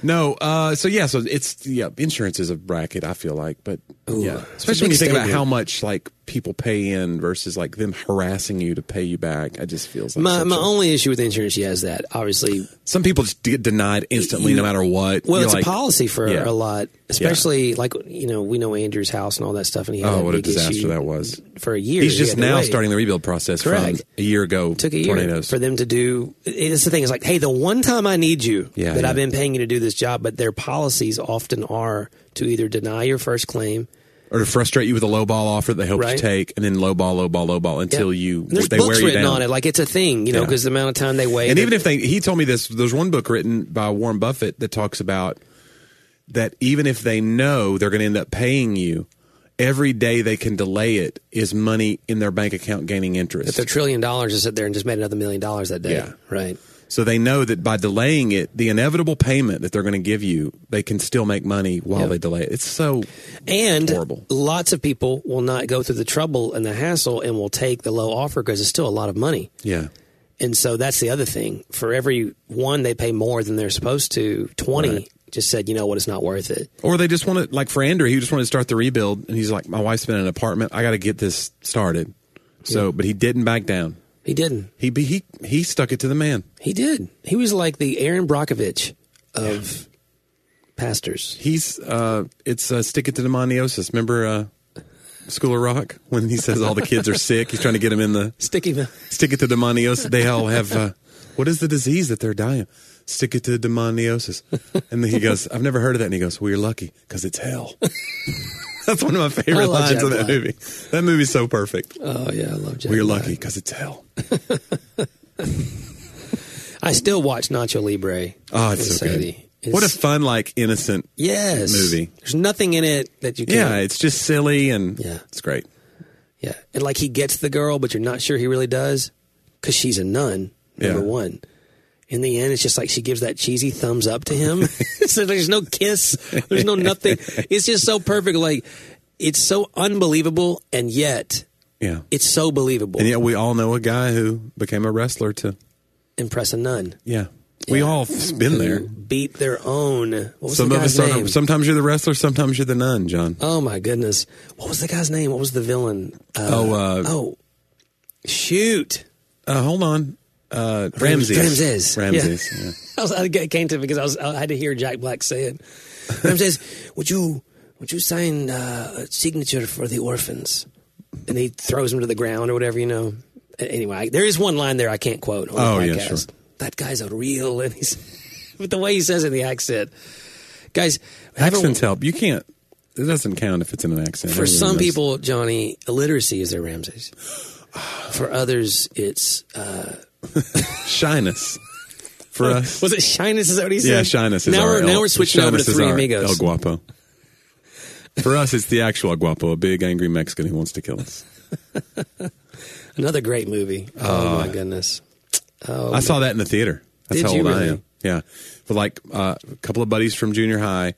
Speaker 2: No, uh, so yeah, so it's yeah, insurance is a bracket. I feel like, but
Speaker 1: Ooh,
Speaker 2: yeah,
Speaker 1: it's a
Speaker 2: especially when
Speaker 1: big
Speaker 2: you think about
Speaker 1: statement.
Speaker 2: how much like people pay in versus like them harassing you to pay you back. I just feels like
Speaker 1: My,
Speaker 2: such
Speaker 1: my
Speaker 2: a-
Speaker 1: only issue with insurance, yeah, is that obviously,
Speaker 2: some people just get denied instantly, no matter what.
Speaker 1: well,
Speaker 2: You're
Speaker 1: it's
Speaker 2: like,
Speaker 1: a policy for
Speaker 2: yeah.
Speaker 1: a lot, especially like you know we know Andrew's house and all that stuff, and he had
Speaker 2: Oh,
Speaker 1: that
Speaker 2: what a
Speaker 1: big
Speaker 2: disaster
Speaker 1: issue
Speaker 2: that was!
Speaker 1: for a year.
Speaker 2: He's
Speaker 1: He
Speaker 2: just
Speaker 1: had to
Speaker 2: now
Speaker 1: wait.
Speaker 2: starting the rebuild process
Speaker 1: Correct.
Speaker 2: from a year ago.
Speaker 1: Took a year
Speaker 2: tornadoes.
Speaker 1: for them to do. It's the thing. It's like, hey, the one time I need you,
Speaker 2: Yeah,
Speaker 1: that
Speaker 2: yeah.
Speaker 1: I've been paying you to do this job, but their policies often are to either deny your first claim.
Speaker 2: or to frustrate you with a low ball offer that they help
Speaker 1: Right.
Speaker 2: you take, and then low ball, low ball, low ball until you
Speaker 1: And there's
Speaker 2: they wear
Speaker 1: books
Speaker 2: you
Speaker 1: written
Speaker 2: down.
Speaker 1: on it, like it's a thing, you know,
Speaker 2: Yeah.
Speaker 1: because the amount of time they wait.
Speaker 2: And even if they, he told me this, there's one book written by Warren Buffett that talks about that even if they know they're going to end up paying you, every day they can delay it is money in their bank account gaining interest.
Speaker 1: their trillion dollars just sit there and just made another million dollars that day,
Speaker 2: Yeah.
Speaker 1: right?
Speaker 2: so they know that by delaying it, the inevitable payment that they're going to give you, they can still make money while
Speaker 1: Yeah.
Speaker 2: they delay it. It's so
Speaker 1: And
Speaker 2: Horrible.
Speaker 1: lots of people will not go through the trouble and the hassle and will take the low offer because it's still a lot of money.
Speaker 2: yeah.
Speaker 1: And so that's the other thing. For every one they pay more than they're supposed to, 20
Speaker 2: Right.
Speaker 1: just said, you know what, it's not worth it.
Speaker 2: Or they just want to, like for Andrew, he just wanted to start the rebuild, and he's like, "My wife's been in an apartment. I got to get this started." So, but he didn't back down.
Speaker 1: He didn't.
Speaker 2: He be, he he stuck it to the man.
Speaker 1: He did. He was like the Aaron Brockovich of pastors.
Speaker 2: He's uh, it's uh, stick it to demoniosis. Remember uh, School of Rock when he says all the kids are sick. He's trying to get them in the
Speaker 1: Sticky mouth.
Speaker 2: stick it to demoniosis. They all have uh, what is the disease that they're dying? Stick it to demoniosis. And then he goes, "I've never heard of that." And he goes, "Well, you're lucky because it's hell." That's one of my
Speaker 1: I
Speaker 2: favorite
Speaker 1: love
Speaker 2: lines
Speaker 1: Jack
Speaker 2: of that
Speaker 1: Black.
Speaker 2: movie. That movie's so perfect.
Speaker 1: Oh, yeah. I love Jack.
Speaker 2: Well, you're
Speaker 1: Black.
Speaker 2: lucky because it's hell.
Speaker 1: I still watch Nacho Libre.
Speaker 2: Oh, it's
Speaker 1: with
Speaker 2: so good.
Speaker 1: Sadie. It's-
Speaker 2: What a fun, like, innocent.
Speaker 1: yes.
Speaker 2: movie.
Speaker 1: There's nothing in it that you
Speaker 2: Yeah,
Speaker 1: can't
Speaker 2: it's just silly and
Speaker 1: Yeah.
Speaker 2: it's great.
Speaker 1: Yeah. And like he gets the girl, but you're not sure he really does because she's a nun, number
Speaker 2: Yeah.
Speaker 1: one. In the end, it's just like she gives that cheesy thumbs up to him. so there's no kiss, there's no nothing. It's just so perfect. Like, it's so unbelievable, and yet
Speaker 2: Yeah.
Speaker 1: it's so believable.
Speaker 2: And yet we all know a guy who became a wrestler to
Speaker 1: Impressing none.
Speaker 2: yeah. We all have been there.
Speaker 1: Beat their own. What was
Speaker 2: Some
Speaker 1: the
Speaker 2: of us
Speaker 1: guy's name?
Speaker 2: are, sometimes you're the wrestler, sometimes you're the nun, John.
Speaker 1: oh my goodness! What was the guy's name? What was the villain? Uh,
Speaker 2: Oh, uh,
Speaker 1: oh, shoot!
Speaker 2: Uh, hold on. Uh, Ramses.
Speaker 1: Ramses, yeah.
Speaker 2: Ramses. Yeah.
Speaker 1: I, was, I came to it because I was I had to hear Jack Black say it. Ram says, "Would you would you sign uh, a signature for the orphans?" And he throws him to the ground or whatever, you know. A- Anyway, I, there is one line there I can't quote on
Speaker 2: Oh,
Speaker 1: the
Speaker 2: yeah,
Speaker 1: podcast.
Speaker 2: sure.
Speaker 1: That guy's a real, and he's but the way he says it, in the accent, guys. have a-
Speaker 2: Accents help. You can't. It doesn't count if it's in an accent.
Speaker 1: for
Speaker 2: Everyone
Speaker 1: some
Speaker 2: knows.
Speaker 1: people, Johnny, illiteracy is their Ramses. For others, it's uh,
Speaker 2: shyness. For us,
Speaker 1: was it shyness? Is that what he said?
Speaker 2: yeah, shyness. Is
Speaker 1: Now
Speaker 2: our
Speaker 1: we're
Speaker 2: El-
Speaker 1: now we're switching over to
Speaker 2: shyness is
Speaker 1: Three
Speaker 2: our
Speaker 1: Amigos.
Speaker 2: El Guapo. For us, it's the actual El Guapo, a big angry Mexican who wants to kill us.
Speaker 1: Another great movie. Oh, my goodness.
Speaker 2: I saw that in the theater. That's
Speaker 1: Oh, Did
Speaker 2: how
Speaker 1: you
Speaker 2: old I
Speaker 1: really?
Speaker 2: am. Yeah, with like uh, a couple of buddies from junior high,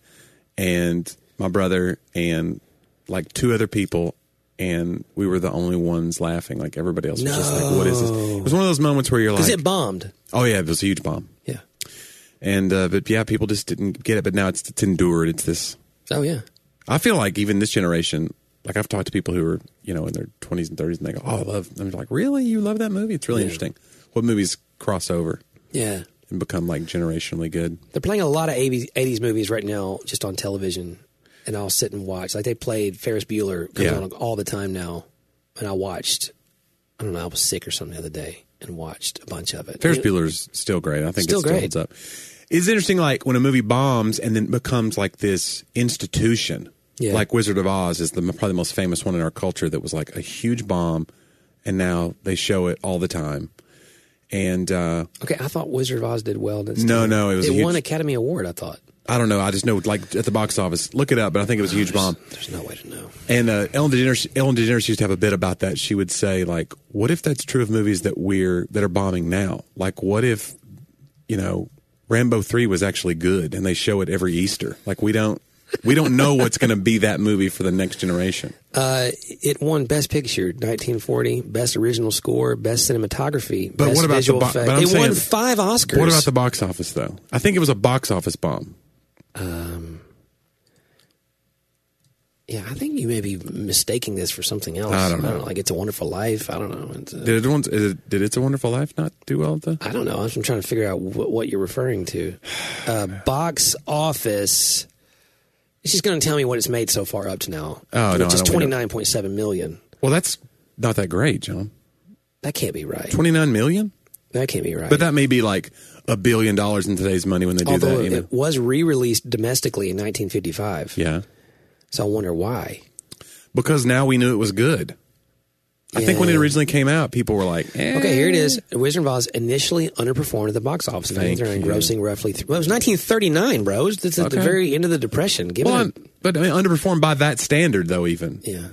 Speaker 2: and my brother, and like two other people, and we were the only ones laughing. Like everybody else was just like, "What is this?" It was one of those moments where you're like,
Speaker 1: Because it bombed.
Speaker 2: "Oh yeah, it was a huge bomb."
Speaker 1: Yeah.
Speaker 2: And uh, but yeah, people just didn't get it. But now it's it's endured. It's this.
Speaker 1: Oh yeah.
Speaker 2: I feel like even this generation, like I've talked to people who are you know in their twenties and thirties, and they go, "Oh, I love." I'm like, "Really? You love that movie? It's really interesting." What movies cross over?
Speaker 1: Yeah.
Speaker 2: and become like generationally good.
Speaker 1: They're playing a lot of 80s, 80s movies right now just on television and I'll sit and watch. Like they played Ferris Bueller comes
Speaker 2: Yeah.
Speaker 1: on all the time now and I watched I don't know, I was sick or something the other day and watched a bunch of it.
Speaker 2: Ferris
Speaker 1: You-
Speaker 2: Bueller's still great. I think
Speaker 1: Still
Speaker 2: it still
Speaker 1: great.
Speaker 2: holds up. It's interesting, like when a movie bombs and then becomes like this institution.
Speaker 1: Yeah.
Speaker 2: Like Wizard of Oz is the probably the most famous one in our culture that was like a huge bomb, and now they show it all the time. And uh,
Speaker 1: Okay, I thought Wizard of Oz did well. in its
Speaker 2: No,
Speaker 1: time.
Speaker 2: no, it was
Speaker 1: it
Speaker 2: a huge-
Speaker 1: won Academy Award. I thought
Speaker 2: I don't know, I just know like at the box office, look it up, but I think it was a huge bomb.
Speaker 1: there's no way to know.
Speaker 2: And uh, Ellen DeGeneres, Ellen DeGeneres used to have a bit about that. She would say, like, "What if that's true of movies that we're that are bombing now? Like, what if, you know, Rambo three was actually good and they show it every Easter? Like, we don't we don't know what's going to be that movie for the next generation.
Speaker 1: Uh, it won Best Picture, 1940, Best Original Score, Best Cinematography,
Speaker 2: But
Speaker 1: Best
Speaker 2: what about the
Speaker 1: Visual
Speaker 2: bo-
Speaker 1: Effect.
Speaker 2: but I'm
Speaker 1: it won
Speaker 2: saying-
Speaker 1: five Oscars.
Speaker 2: What about the box office though? I think it was a box office bomb.
Speaker 1: Yeah, I think you may be mistaking this for something else.
Speaker 2: I don't know.
Speaker 1: Like it's a Wonderful Life. I don't know. It's a,
Speaker 2: Did it once, is it- did It's a Wonderful Life not do well? Though?
Speaker 1: I don't know. I'm trying to figure out wh- what you're referring to. Uh, box office. She's going to tell me what it's made so far up to now.
Speaker 2: Oh,
Speaker 1: which
Speaker 2: no, I
Speaker 1: is
Speaker 2: don't- we
Speaker 1: twenty
Speaker 2: don't-
Speaker 1: nine point seven million.
Speaker 2: Well, that's not that great, John.
Speaker 1: That can't be right.
Speaker 2: Twenty nine million,
Speaker 1: that can't be right.
Speaker 2: but that may be like a billion dollars in today's money when they do
Speaker 1: Although
Speaker 2: that. You know?
Speaker 1: it was re released domestically in 1955,
Speaker 2: yeah.
Speaker 1: so I wonder why.
Speaker 2: because now we knew it was good. I think when it
Speaker 1: Yeah.
Speaker 2: originally came out, people were like, eh.
Speaker 1: Okay, here it is. Wizard of Oz initially underperformed at the box office, in
Speaker 2: Thank
Speaker 1: 1939,
Speaker 2: you.
Speaker 1: grossing roughly. Th- well, it was 1939, bro. It was- That's at the
Speaker 2: Okay.
Speaker 1: very end of the Depression. Give
Speaker 2: Well,
Speaker 1: it a-
Speaker 2: I'm- but I mean, underperformed by that standard, though, even.
Speaker 1: Yeah.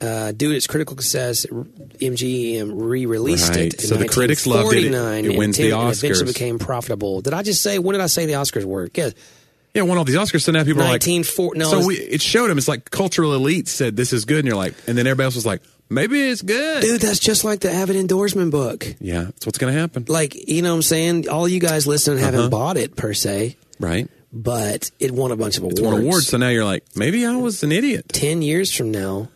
Speaker 1: Uh, due to its critical success, r- MGM re-released
Speaker 2: Right.
Speaker 1: it. in
Speaker 2: So the critics loved it. It-
Speaker 1: 1949,
Speaker 2: it wins
Speaker 1: and
Speaker 2: the
Speaker 1: ten- and Eventually
Speaker 2: Oscars.
Speaker 1: became profitable. Did I just say when did I say the Oscars were? Yes,
Speaker 2: Yeah, won all these Oscars. So now people are like,
Speaker 1: 1940 no,
Speaker 2: so
Speaker 1: it's-
Speaker 2: we, it showed them. It's like cultural elites said this is good, and you're like, and then everybody else was like, maybe it's good.
Speaker 1: dude, that's just like the avid endorsement book.
Speaker 2: Yeah, that's what's going to happen,
Speaker 1: Like you know, what I'm saying all you guys listening haven't
Speaker 2: Uh-huh.
Speaker 1: bought it per se,
Speaker 2: right?
Speaker 1: but it won a bunch of awards.
Speaker 2: It's won awards, so now you're like, maybe I was an idiot.
Speaker 1: Ten years from now,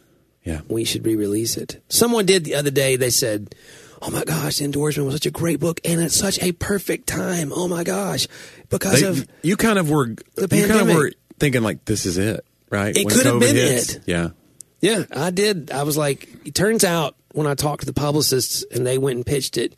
Speaker 2: Yeah,
Speaker 1: we should re-release it. Someone did the other day. They said, "Oh my gosh, the endorsement was such a great book, and at such a perfect time. Oh my gosh, because
Speaker 2: They-
Speaker 1: of
Speaker 2: you kind of were, you kind
Speaker 1: pandemic.
Speaker 2: of were thinking like, this is it, right?
Speaker 1: It could have
Speaker 2: COVID
Speaker 1: been
Speaker 2: hits.
Speaker 1: it.
Speaker 2: Yeah,
Speaker 1: yeah, I did. I was like, it turns out when I talked to the publicists and they went and pitched it,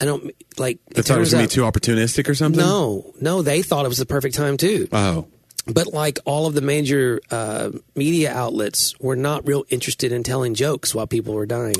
Speaker 1: I don't like.
Speaker 2: they
Speaker 1: It
Speaker 2: thought it
Speaker 1: turns
Speaker 2: was going
Speaker 1: out,
Speaker 2: to be too opportunistic or something.
Speaker 1: no, no, they thought it was the perfect time too.
Speaker 2: Oh,
Speaker 1: But like all of the major uh, media outlets were not real interested in telling jokes while people were dying.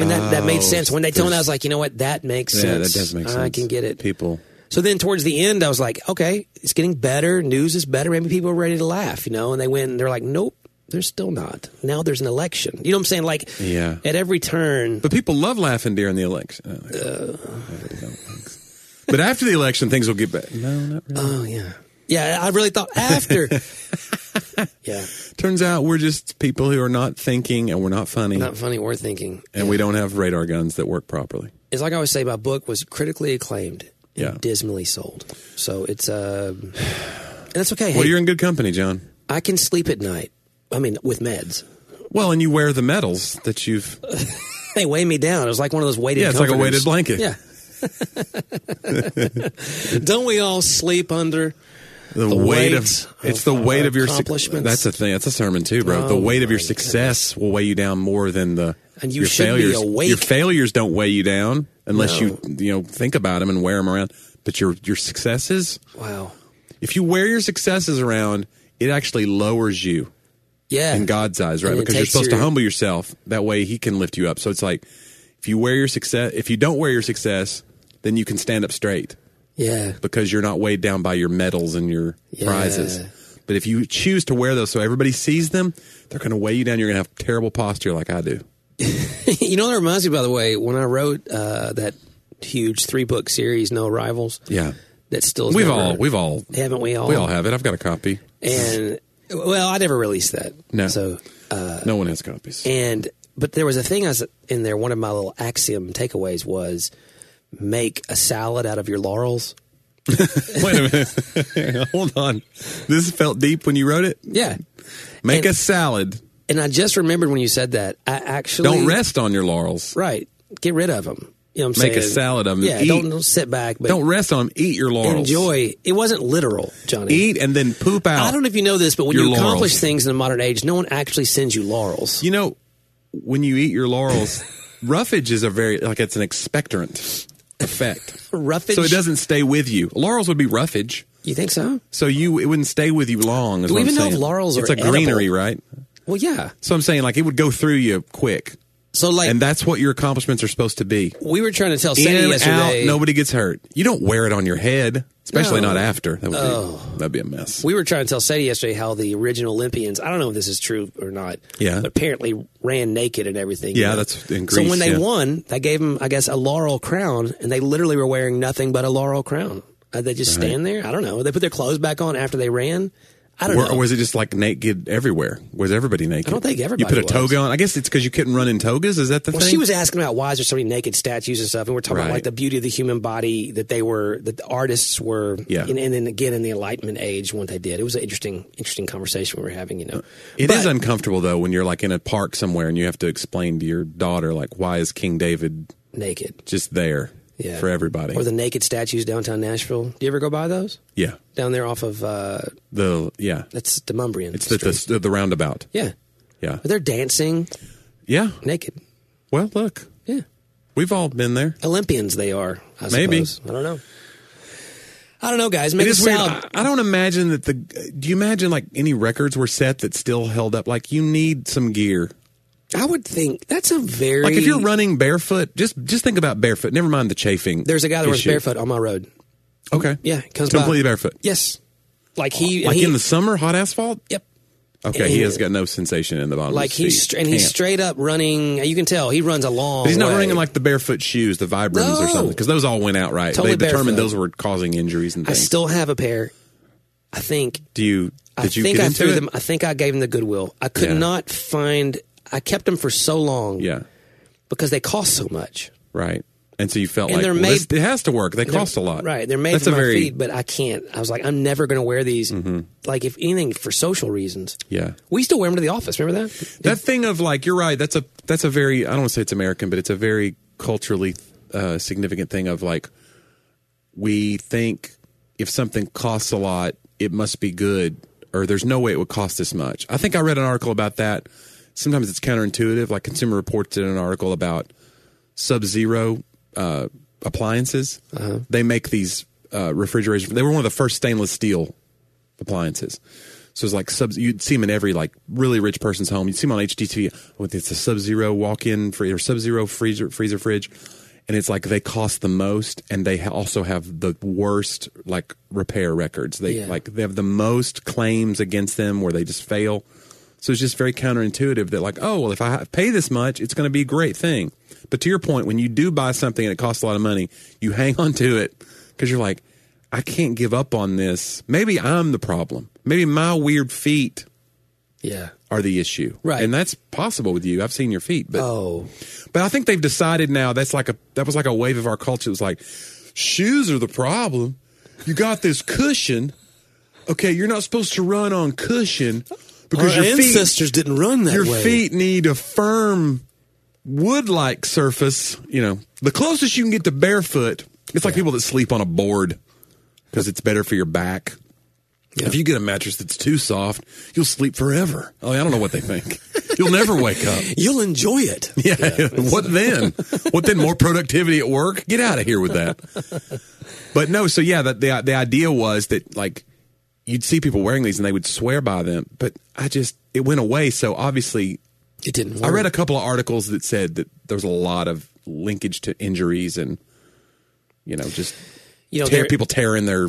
Speaker 1: And that, that made
Speaker 2: Oh,
Speaker 1: sense. When they told me, I
Speaker 2: there's-
Speaker 1: was like, you know what? That makes
Speaker 2: yeah,
Speaker 1: sense.
Speaker 2: that does make sense.
Speaker 1: I can get it.
Speaker 2: People.
Speaker 1: So then towards the end, I was like, okay, it's getting better. News is better. Maybe people are ready to laugh, you know? And they went and they're like, nope, they're still not. Now there's an election. You know what I'm saying? Like,
Speaker 2: Yeah.
Speaker 1: at every turn,
Speaker 2: But people love laughing during the election. Uh,
Speaker 1: Uh.
Speaker 2: but after the election, things will get better. No, not really.
Speaker 1: oh, yeah. Yeah, I really thought after. yeah.
Speaker 2: Turns out we're just people who are not thinking and we're not funny
Speaker 1: Not funny or thinking.
Speaker 2: and we don't have radar guns that work properly.
Speaker 1: It's like I always say, my book was critically acclaimed, and
Speaker 2: Yeah.
Speaker 1: dismally sold. So it's uh, and that's okay.
Speaker 2: Well,
Speaker 1: Hey,
Speaker 2: you're in good company, John.
Speaker 1: I can sleep at night. I mean, with meds,
Speaker 2: Well, and you wear the medals that you've.
Speaker 1: they weigh me down. It was like one of those weighted.
Speaker 2: Yeah, it's like a
Speaker 1: comforters.
Speaker 2: weighted blanket.
Speaker 1: Yeah. Don't we all sleep under?
Speaker 2: The, weight, of
Speaker 1: weight
Speaker 2: it's
Speaker 1: of
Speaker 2: the
Speaker 1: our
Speaker 2: weight of your suc-
Speaker 1: accomplishments.
Speaker 2: That's a thing. That's a sermon too, bro. the
Speaker 1: Oh
Speaker 2: weight of your
Speaker 1: my
Speaker 2: success will weigh you down more than the
Speaker 1: And you
Speaker 2: your
Speaker 1: should be
Speaker 2: failures.
Speaker 1: awake.
Speaker 2: Your failures don't weigh you down unless
Speaker 1: No.
Speaker 2: you you know think about them and wear them around. But your your successes,
Speaker 1: Wow.
Speaker 2: if you wear your successes around, it actually lowers you
Speaker 1: Yeah.
Speaker 2: in God's eyes, right?
Speaker 1: And it
Speaker 2: Because you're
Speaker 1: takes
Speaker 2: supposed
Speaker 1: your-
Speaker 2: to humble yourself. That way, He can lift you up. So it's like if you wear your success, if you don't wear your success, then you can stand up straight
Speaker 1: Yeah.
Speaker 2: because you're not weighed down by your medals and your
Speaker 1: Yeah.
Speaker 2: prizes. But if you choose to wear those so everybody sees them, they're going to weigh you down. You're going to have terrible posture like I do.
Speaker 1: you know what that reminds me, by the way, when I wrote uh, that huge three book series, No Rivals.
Speaker 2: Yeah.
Speaker 1: That still is
Speaker 2: We've
Speaker 1: never-
Speaker 2: all, we've all,
Speaker 1: haven't we all?
Speaker 2: we all have it. I've got a copy.
Speaker 1: And well, I never released that.
Speaker 2: No.
Speaker 1: So Uh,
Speaker 2: no one has copies.
Speaker 1: and but there was a thing I was in there. One of my little axiom takeaways was make a salad out of your laurels.
Speaker 2: Wait a minute. Hold on. This felt deep when you wrote it.
Speaker 1: Yeah.
Speaker 2: Make
Speaker 1: And-
Speaker 2: a salad.
Speaker 1: And I just remembered when you said that. I actually
Speaker 2: Don't rest on your laurels.
Speaker 1: Right. Get rid of them. You know what I'm
Speaker 2: Make a
Speaker 1: saying?
Speaker 2: salad of 'em.
Speaker 1: Yeah.
Speaker 2: Eat.
Speaker 1: Don't, don't sit back. But
Speaker 2: Don't rest on them. Eat your laurels.
Speaker 1: enjoy. It wasn't literal, Johnny.
Speaker 2: Eat and then poop out.
Speaker 1: I don't e- know if you know this, but when
Speaker 2: Your
Speaker 1: you accomplish
Speaker 2: laurels.
Speaker 1: things in the modern age, no one actually sends you laurels.
Speaker 2: You know, when you eat your laurels, roughage is a very like it's an expectorant effect.
Speaker 1: Roughage.
Speaker 2: So it doesn't stay with you. Laurels would be roughage.
Speaker 1: You think so?
Speaker 2: So you it wouldn't stay with you long. Is
Speaker 1: Do we
Speaker 2: what I'm
Speaker 1: even know if
Speaker 2: saying.
Speaker 1: laurels are
Speaker 2: It's a greenery,
Speaker 1: edible?
Speaker 2: right?
Speaker 1: Well, yeah.
Speaker 2: So I'm saying like it would go through you quick,
Speaker 1: So like
Speaker 2: and that's what your accomplishments are supposed to be.
Speaker 1: we were trying to tell
Speaker 2: In
Speaker 1: Sandy
Speaker 2: and out,
Speaker 1: yesterday.
Speaker 2: nobody gets hurt. You don't wear it on your head, especially
Speaker 1: No. Oh.
Speaker 2: not after. That would be, that'd be a mess.
Speaker 1: we were trying to tell Sadie yesterday how the original Olympians, I don't know if this is true or not,
Speaker 2: Yeah.
Speaker 1: but apparently ran naked and everything.
Speaker 2: Yeah,
Speaker 1: you know?
Speaker 2: that's in
Speaker 1: So
Speaker 2: Greece,
Speaker 1: when they
Speaker 2: yeah.
Speaker 1: won, they gave them, I guess, a laurel crown, and they literally were wearing nothing but a laurel crown. Uh, they just stand there. I don't know. They put their clothes back on after they ran. I don't
Speaker 2: Or,
Speaker 1: know.
Speaker 2: or was it just like naked everywhere? Was everybody naked? I
Speaker 1: don't think everybody
Speaker 2: You put a
Speaker 1: was.
Speaker 2: toga on. I guess it's because you couldn't run in togas. Is that the
Speaker 1: well,
Speaker 2: thing?
Speaker 1: she was asking about why is there so many naked statues and stuff, and we're talking about
Speaker 2: Right.
Speaker 1: like the beauty of the human body that they were, that the artists were,
Speaker 2: Yeah.
Speaker 1: and, and then again in the Enlightenment age, what they did. It was an interesting, interesting conversation we were having. You know,
Speaker 2: It is
Speaker 1: But-
Speaker 2: uncomfortable though when you're like in a park somewhere and you have to explain to your daughter like why is King David
Speaker 1: naked.
Speaker 2: just there
Speaker 1: Yeah.
Speaker 2: for everybody?
Speaker 1: Or the naked statues downtown Nashville. Do you ever go by those?
Speaker 2: yeah,
Speaker 1: Down there off of, uh,
Speaker 2: the yeah,
Speaker 1: that's Demumbrian.
Speaker 2: it's the, the the roundabout.
Speaker 1: yeah.
Speaker 2: Yeah,
Speaker 1: They're dancing
Speaker 2: yeah.
Speaker 1: naked.
Speaker 2: Well, look,
Speaker 1: Yeah.
Speaker 2: we've all been there.
Speaker 1: Olympians they are, I
Speaker 2: Maybe.
Speaker 1: suppose. I don't know. I don't know, guys. Make
Speaker 2: It
Speaker 1: a
Speaker 2: is weird. I,
Speaker 1: salad.
Speaker 2: I don't imagine that the. Do you imagine like any records were set that still held up? Like you need some gear.
Speaker 1: I would think that's a very.
Speaker 2: Like if you're running barefoot, just just think about barefoot. Never mind the chafing.
Speaker 1: There's a guy that runs
Speaker 2: issue.
Speaker 1: barefoot on my road.
Speaker 2: Okay.
Speaker 1: Yeah. Comes by.
Speaker 2: Completely barefoot.
Speaker 1: Yes. Like he.
Speaker 2: Like
Speaker 1: he,
Speaker 2: in the summer, hot asphalt.
Speaker 1: Yep.
Speaker 2: Okay,
Speaker 1: And-
Speaker 2: he has got no sensation in the bottom.
Speaker 1: Like
Speaker 2: of his
Speaker 1: he's.
Speaker 2: feet.
Speaker 1: Str- and he's
Speaker 2: Can't.
Speaker 1: straight up running. You can tell he runs a long.
Speaker 2: He's not
Speaker 1: way.
Speaker 2: running in like the barefoot shoes, the Vibrams or
Speaker 1: No.
Speaker 2: something, because those all went out right.
Speaker 1: Totally
Speaker 2: they determined
Speaker 1: barefoot.
Speaker 2: those were causing injuries and
Speaker 1: I
Speaker 2: things.
Speaker 1: still have a pair. I think.
Speaker 2: Do you?
Speaker 1: I
Speaker 2: Did you
Speaker 1: think
Speaker 2: get
Speaker 1: I
Speaker 2: into
Speaker 1: threw
Speaker 2: it?
Speaker 1: them. I think I gave them the goodwill. I could
Speaker 2: Yeah.
Speaker 1: not find. I kept them for so long
Speaker 2: Yeah,
Speaker 1: because they cost so much.
Speaker 2: right. And so you felt
Speaker 1: And
Speaker 2: like
Speaker 1: they're
Speaker 2: well,
Speaker 1: made-
Speaker 2: this- it has to work. They cost a lot,
Speaker 1: Right? They're made
Speaker 2: That's
Speaker 1: for
Speaker 2: a
Speaker 1: my
Speaker 2: very Mm-hmm.
Speaker 1: feet, but I can't. I was like, I'm never going to wear these. Like, if anything, for social reasons.
Speaker 2: yeah.
Speaker 1: We used to wear them to the office. Remember that?
Speaker 2: That thing of like you're right. That's a that's a very I don't want to say it's American, but it's a very culturally uh, significant thing of like we think if something costs a lot, it must be good, or there's no way it would cost this much. I think I read an article about that. Sometimes it's counterintuitive. Like Consumer Reports did an article about Sub Zero uh, appliances. They make these uh, refrigerators. They were one of the first stainless steel appliances. So it's like sub. You'd see them in every like really rich person's home. You'd see them on HDTV. Oh, it's a Sub Zero walk-in free or Sub Zero freezer freezer fridge, and it's like they cost the most, and they ha- also have the worst like repair records. They
Speaker 1: Yeah.
Speaker 2: like they have the most claims against them where they just fail. So it's just very counterintuitive that like oh well if I pay this much it's going to be a great thing. But to your point, when you do buy something and it costs a lot of money, you hang on to it because you're like I can't give up on this. Maybe I'm the problem. Maybe my weird feet
Speaker 1: Yeah.
Speaker 2: are the issue.
Speaker 1: Right.
Speaker 2: And that's possible with you. I've seen your feet, but
Speaker 1: Oh,
Speaker 2: but I think they've decided now that's like a that was like a wave of our culture. It was like shoes are the problem. You got this cushion. Okay, you're not supposed to run on cushion because
Speaker 3: Our
Speaker 2: your feet
Speaker 3: ancestors didn't run that
Speaker 2: your
Speaker 3: way.
Speaker 2: feet need a firm wood-like surface. You know, the closest you can get to barefoot. It's like people that sleep on a board because it's better for your back. If you get a mattress that's too soft, you'll sleep forever. Oh, I don't know what they think. You'll never wake up.
Speaker 3: You'll enjoy it.
Speaker 2: Yeah. what then? What then? More productivity at work? Get out of here with that. But no. So yeah, that the the idea was that like you'd see people wearing these and they would swear by them. But I just it went away. So obviously,
Speaker 1: it didn't work.
Speaker 2: I read a couple of articles that said that there was a lot of linkage to injuries and you know just
Speaker 1: you know,
Speaker 2: tear,
Speaker 1: there-
Speaker 2: people tearing their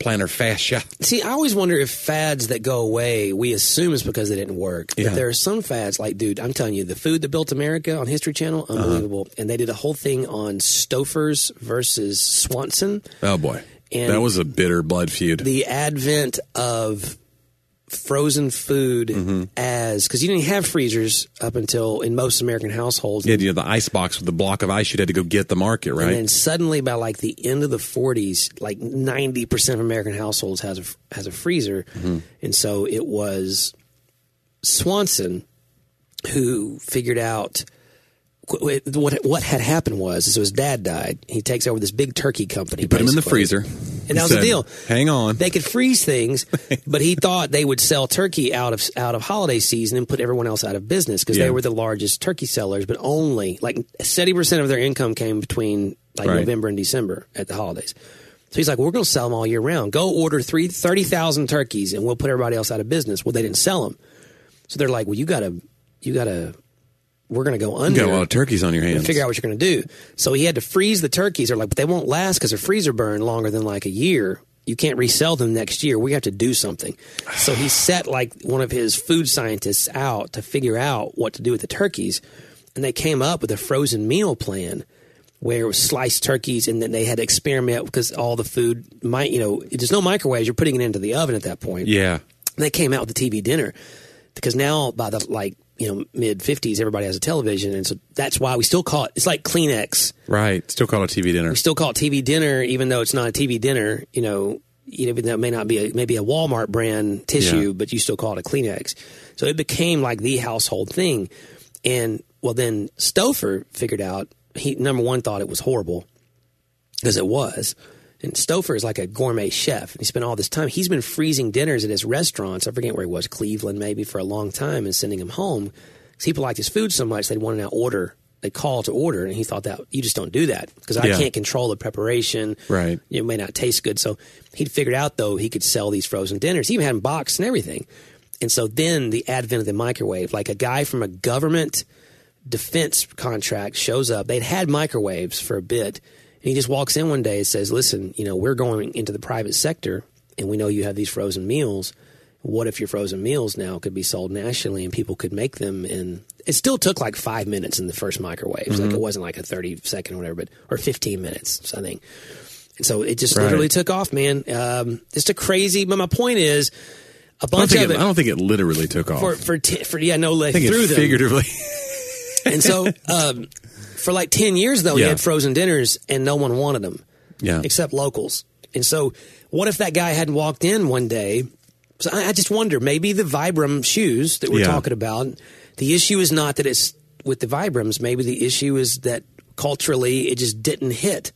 Speaker 2: plantar fascia.
Speaker 1: See, I always wonder if fads that go away, we assume is because they didn't work.
Speaker 2: Yeah.
Speaker 1: But there are some fads, like, dude, I'm telling you, the food that built America on History Channel, unbelievable. And they did a whole thing on Stouffer's versus Swanson,
Speaker 2: Oh boy,
Speaker 1: And-
Speaker 2: that was a bitter blood feud.
Speaker 1: the advent of frozen food as, because you didn't have freezers up until in most American households.
Speaker 2: yeah, you know, the ice box with the block of ice you had to go get the market right.
Speaker 1: And then suddenly, by like the end of the 40s, like 90 percent of American households has a has a freezer,
Speaker 2: Mm-hmm.
Speaker 1: and so it was Swanson who figured out qu- what what had happened was so his dad died. He takes over this big turkey company.
Speaker 2: Put them in the
Speaker 1: basically.
Speaker 2: freezer.
Speaker 1: And that was the deal.
Speaker 2: Hang on.
Speaker 1: They could freeze things, but he thought they would sell turkey out of out of holiday season and put everyone else out of business because
Speaker 2: Yeah.
Speaker 1: they were the largest turkey sellers. But only like seventy percent of their income came between like
Speaker 2: Right.
Speaker 1: November and December at the holidays. So he's like, "We're going to sell them all year round. Go order three thirty thousand turkeys, and we'll put everybody else out of business." Well, they didn't sell them, so they're like, "Well, you gotta, you gotta, we're going to go under."
Speaker 2: you got a lot of turkeys on your hands.
Speaker 1: figure out what you're going to do. So he had to freeze the turkeys. They're like, but they won't last because their freezer burn longer than like a year. You can't resell them next year. We have to do something. So he set like one of his food scientists out to figure out what to do with the turkeys, and they came up with a frozen meal plan where it was sliced turkeys, and then they had to experiment because all the food might, you know, there's no microwaves. You're putting it into the oven at that point.
Speaker 2: yeah.
Speaker 1: And they came out with the TV dinner because now by the like you know mid fifties everybody has a television and so that's why we still call it it's like Kleenex
Speaker 2: Right. Still called a TV dinner.
Speaker 1: we still call it TV dinner even though it's not a TV dinner you know you know that may not be a, maybe a Walmart brand tissue
Speaker 2: Yeah.
Speaker 1: but you still call it a Kleenex so it became like the household thing and well then Stouffer figured out he number one thought it was horrible because it was. And Stouffer is like a gourmet chef. He spent all this time. He's been freezing dinners at his restaurants. I forget where he was, Cleveland maybe, for a long time, and sending them home because people liked his food so much they wanted to order. They call to order, and he thought that you just don't do that because I
Speaker 2: Yeah.
Speaker 1: can't control the preparation.
Speaker 2: Right.
Speaker 1: it may not taste good. So he'd figured out though he could sell these frozen dinners. He even had them boxed and everything. And so then the advent of the microwave, like a guy from a government defense contract shows up. They'd had microwaves for a bit, and he just walks in one day and says, "Listen, you know, we're going into the private sector, and we know you have these frozen meals. What if your frozen meals now could be sold nationally and people could make them?" And it still took like five minutes in the first microwave.
Speaker 2: Mm-hmm.
Speaker 1: Like it wasn't like a thirty second or whatever, but or fifteen minutes something. And so it just
Speaker 2: Right.
Speaker 1: literally took off, man. Um, just a crazy. But my point is, a
Speaker 2: I don't,
Speaker 1: bunch
Speaker 2: think
Speaker 1: of
Speaker 2: it,
Speaker 1: it.
Speaker 2: I don't think it literally took off.
Speaker 1: for,
Speaker 2: I
Speaker 1: for, t- for yeah no like
Speaker 2: think
Speaker 1: through
Speaker 2: it
Speaker 1: them
Speaker 2: figuratively.
Speaker 1: and so, um, for like 10 years, though,
Speaker 2: Yeah.
Speaker 1: he had frozen dinners and no one wanted them
Speaker 2: yeah.
Speaker 1: except locals. And so, what if that guy hadn't walked in one day? So, I, I just wonder maybe the Vibram shoes that we're
Speaker 2: Yeah.
Speaker 1: talking about, the issue is not that it's with the Vibrams. Maybe the issue is that culturally it just didn't hit.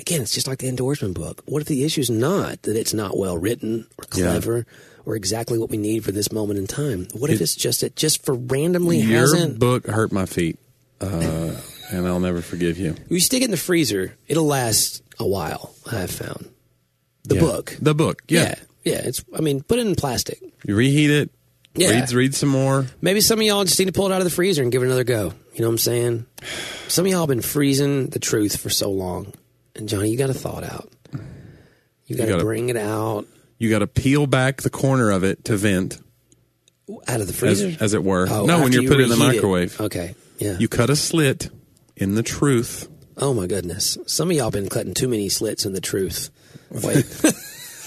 Speaker 1: Again, it's just like the endorsement book. What if the issue is not that it's not well written or
Speaker 2: Yeah.
Speaker 1: clever or exactly what we need for this moment in time? What if
Speaker 2: It-
Speaker 1: it's just it just for randomly
Speaker 2: Your
Speaker 1: hasn't?
Speaker 2: book hurt my feet, uh, and I'll never forgive you.
Speaker 1: You stick it in the freezer, it'll last a while, I've found. The
Speaker 2: Yeah.
Speaker 1: book.
Speaker 2: The book. Yeah.
Speaker 1: yeah. Yeah, It's I mean, put it in plastic.
Speaker 2: You reheat it.
Speaker 1: Yeah.
Speaker 2: Read, read some more.
Speaker 1: Maybe some of y'all just need to pull it out of the freezer and give it another go. You know what I'm saying? Some of y'all been freezing the truth for so long. And Johnny, you gotta thaw it out. You gotta,
Speaker 2: gotta-
Speaker 1: bring it out
Speaker 2: You got to peel back the corner of it to vent,
Speaker 1: out of the
Speaker 2: as,
Speaker 1: freezer.
Speaker 2: as it were.
Speaker 1: Oh,
Speaker 2: no, when
Speaker 1: after
Speaker 2: you're
Speaker 1: you
Speaker 2: putting it in the
Speaker 1: reheat it.
Speaker 2: microwave,
Speaker 1: Okay. Yeah.
Speaker 2: you cut a slit in the truth.
Speaker 1: oh my goodness. Some of y'all been cutting too many slits in the truth. Wait.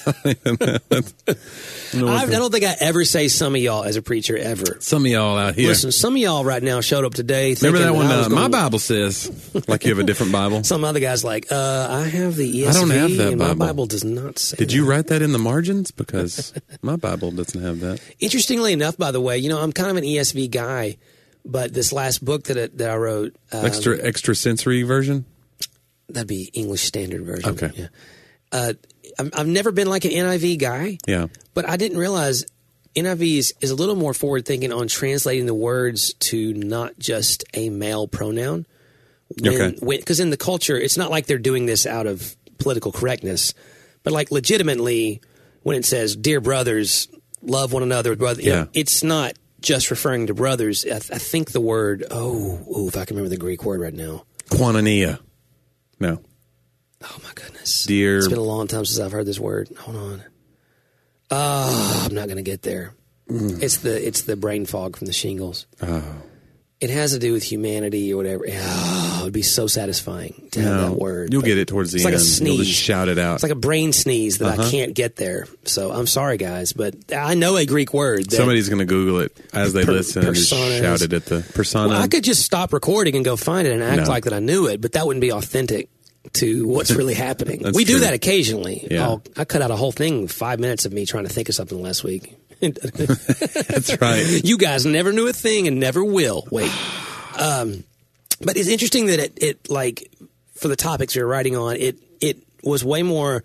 Speaker 1: I, I don't think I ever say some of y'all as a preacher ever.
Speaker 2: Some of y'all out here.
Speaker 1: Listen, some of y'all right now showed up today.
Speaker 2: Remember
Speaker 1: thinking
Speaker 2: that one?
Speaker 1: I was
Speaker 2: Uh, my
Speaker 1: gonna-
Speaker 2: Bible says, like you have a different Bible.
Speaker 1: Some other guy's like, uh, I have the ESV.
Speaker 2: I don't have that
Speaker 1: and my
Speaker 2: Bible.
Speaker 1: Bible does not say.
Speaker 2: Did
Speaker 1: that.
Speaker 2: you write that in the margins? Because my Bible doesn't have that.
Speaker 1: Interestingly enough, by the way, you know I'm kind of an ESV guy, but this last book that I, that I wrote, uh,
Speaker 2: Extra extra sensory version.
Speaker 1: that'd be English Standard Version.
Speaker 2: Okay.
Speaker 1: Yeah. Uh, I'm- I've never been like an NIV guy.
Speaker 2: Yeah.
Speaker 1: But I didn't realize NIV is, is a little more forward thinking on translating the words to not just a male pronoun.
Speaker 2: Okay.
Speaker 1: Because in the culture, it's not like they're doing this out of political correctness, but like legitimately, when it says, dear brothers, love one another, brother, you know,
Speaker 2: Yeah.
Speaker 1: it's not just referring to brothers. I, th- I think the word, oh, oh, if I can remember the Greek word right now.
Speaker 2: Quanania. No.
Speaker 1: Oh my goodness.
Speaker 2: Dear-
Speaker 1: It's been a long time since I've heard this word. Hold on. Ah, I'm not going to get there.
Speaker 2: Mm.
Speaker 1: It's the it's the brain fog from the shingles. Oh. It has to do with humanity or whatever. Oh, it'd be so satisfying to have
Speaker 2: No.
Speaker 1: that word.
Speaker 2: You'll
Speaker 1: but
Speaker 2: get it towards the
Speaker 1: it's
Speaker 2: end.
Speaker 1: like a
Speaker 2: You'll
Speaker 1: sneeze.
Speaker 2: just shout it out.
Speaker 1: It's like a brain sneeze that
Speaker 2: Uh-huh.
Speaker 1: I can't get there. So I'm sorry, guys, but I know a Greek word. That
Speaker 2: Somebody's going to Google it as they
Speaker 1: Per-
Speaker 2: listen and just
Speaker 1: personas.
Speaker 2: shout it at the persona.
Speaker 1: I could just stop recording and go find it and act
Speaker 2: No.
Speaker 1: like that I knew it, but that wouldn't be authentic to what's really happening.
Speaker 2: That's
Speaker 1: we do
Speaker 2: true.
Speaker 1: that occasionally.
Speaker 2: Yeah.
Speaker 1: I'll, I cut out a whole thing, five minutes of me trying to think of something last week.
Speaker 2: That's right.
Speaker 1: you guys never knew a thing and never will. Wait. Um, but it's interesting that it, it, like, for the topics you're writing on, it, it was way more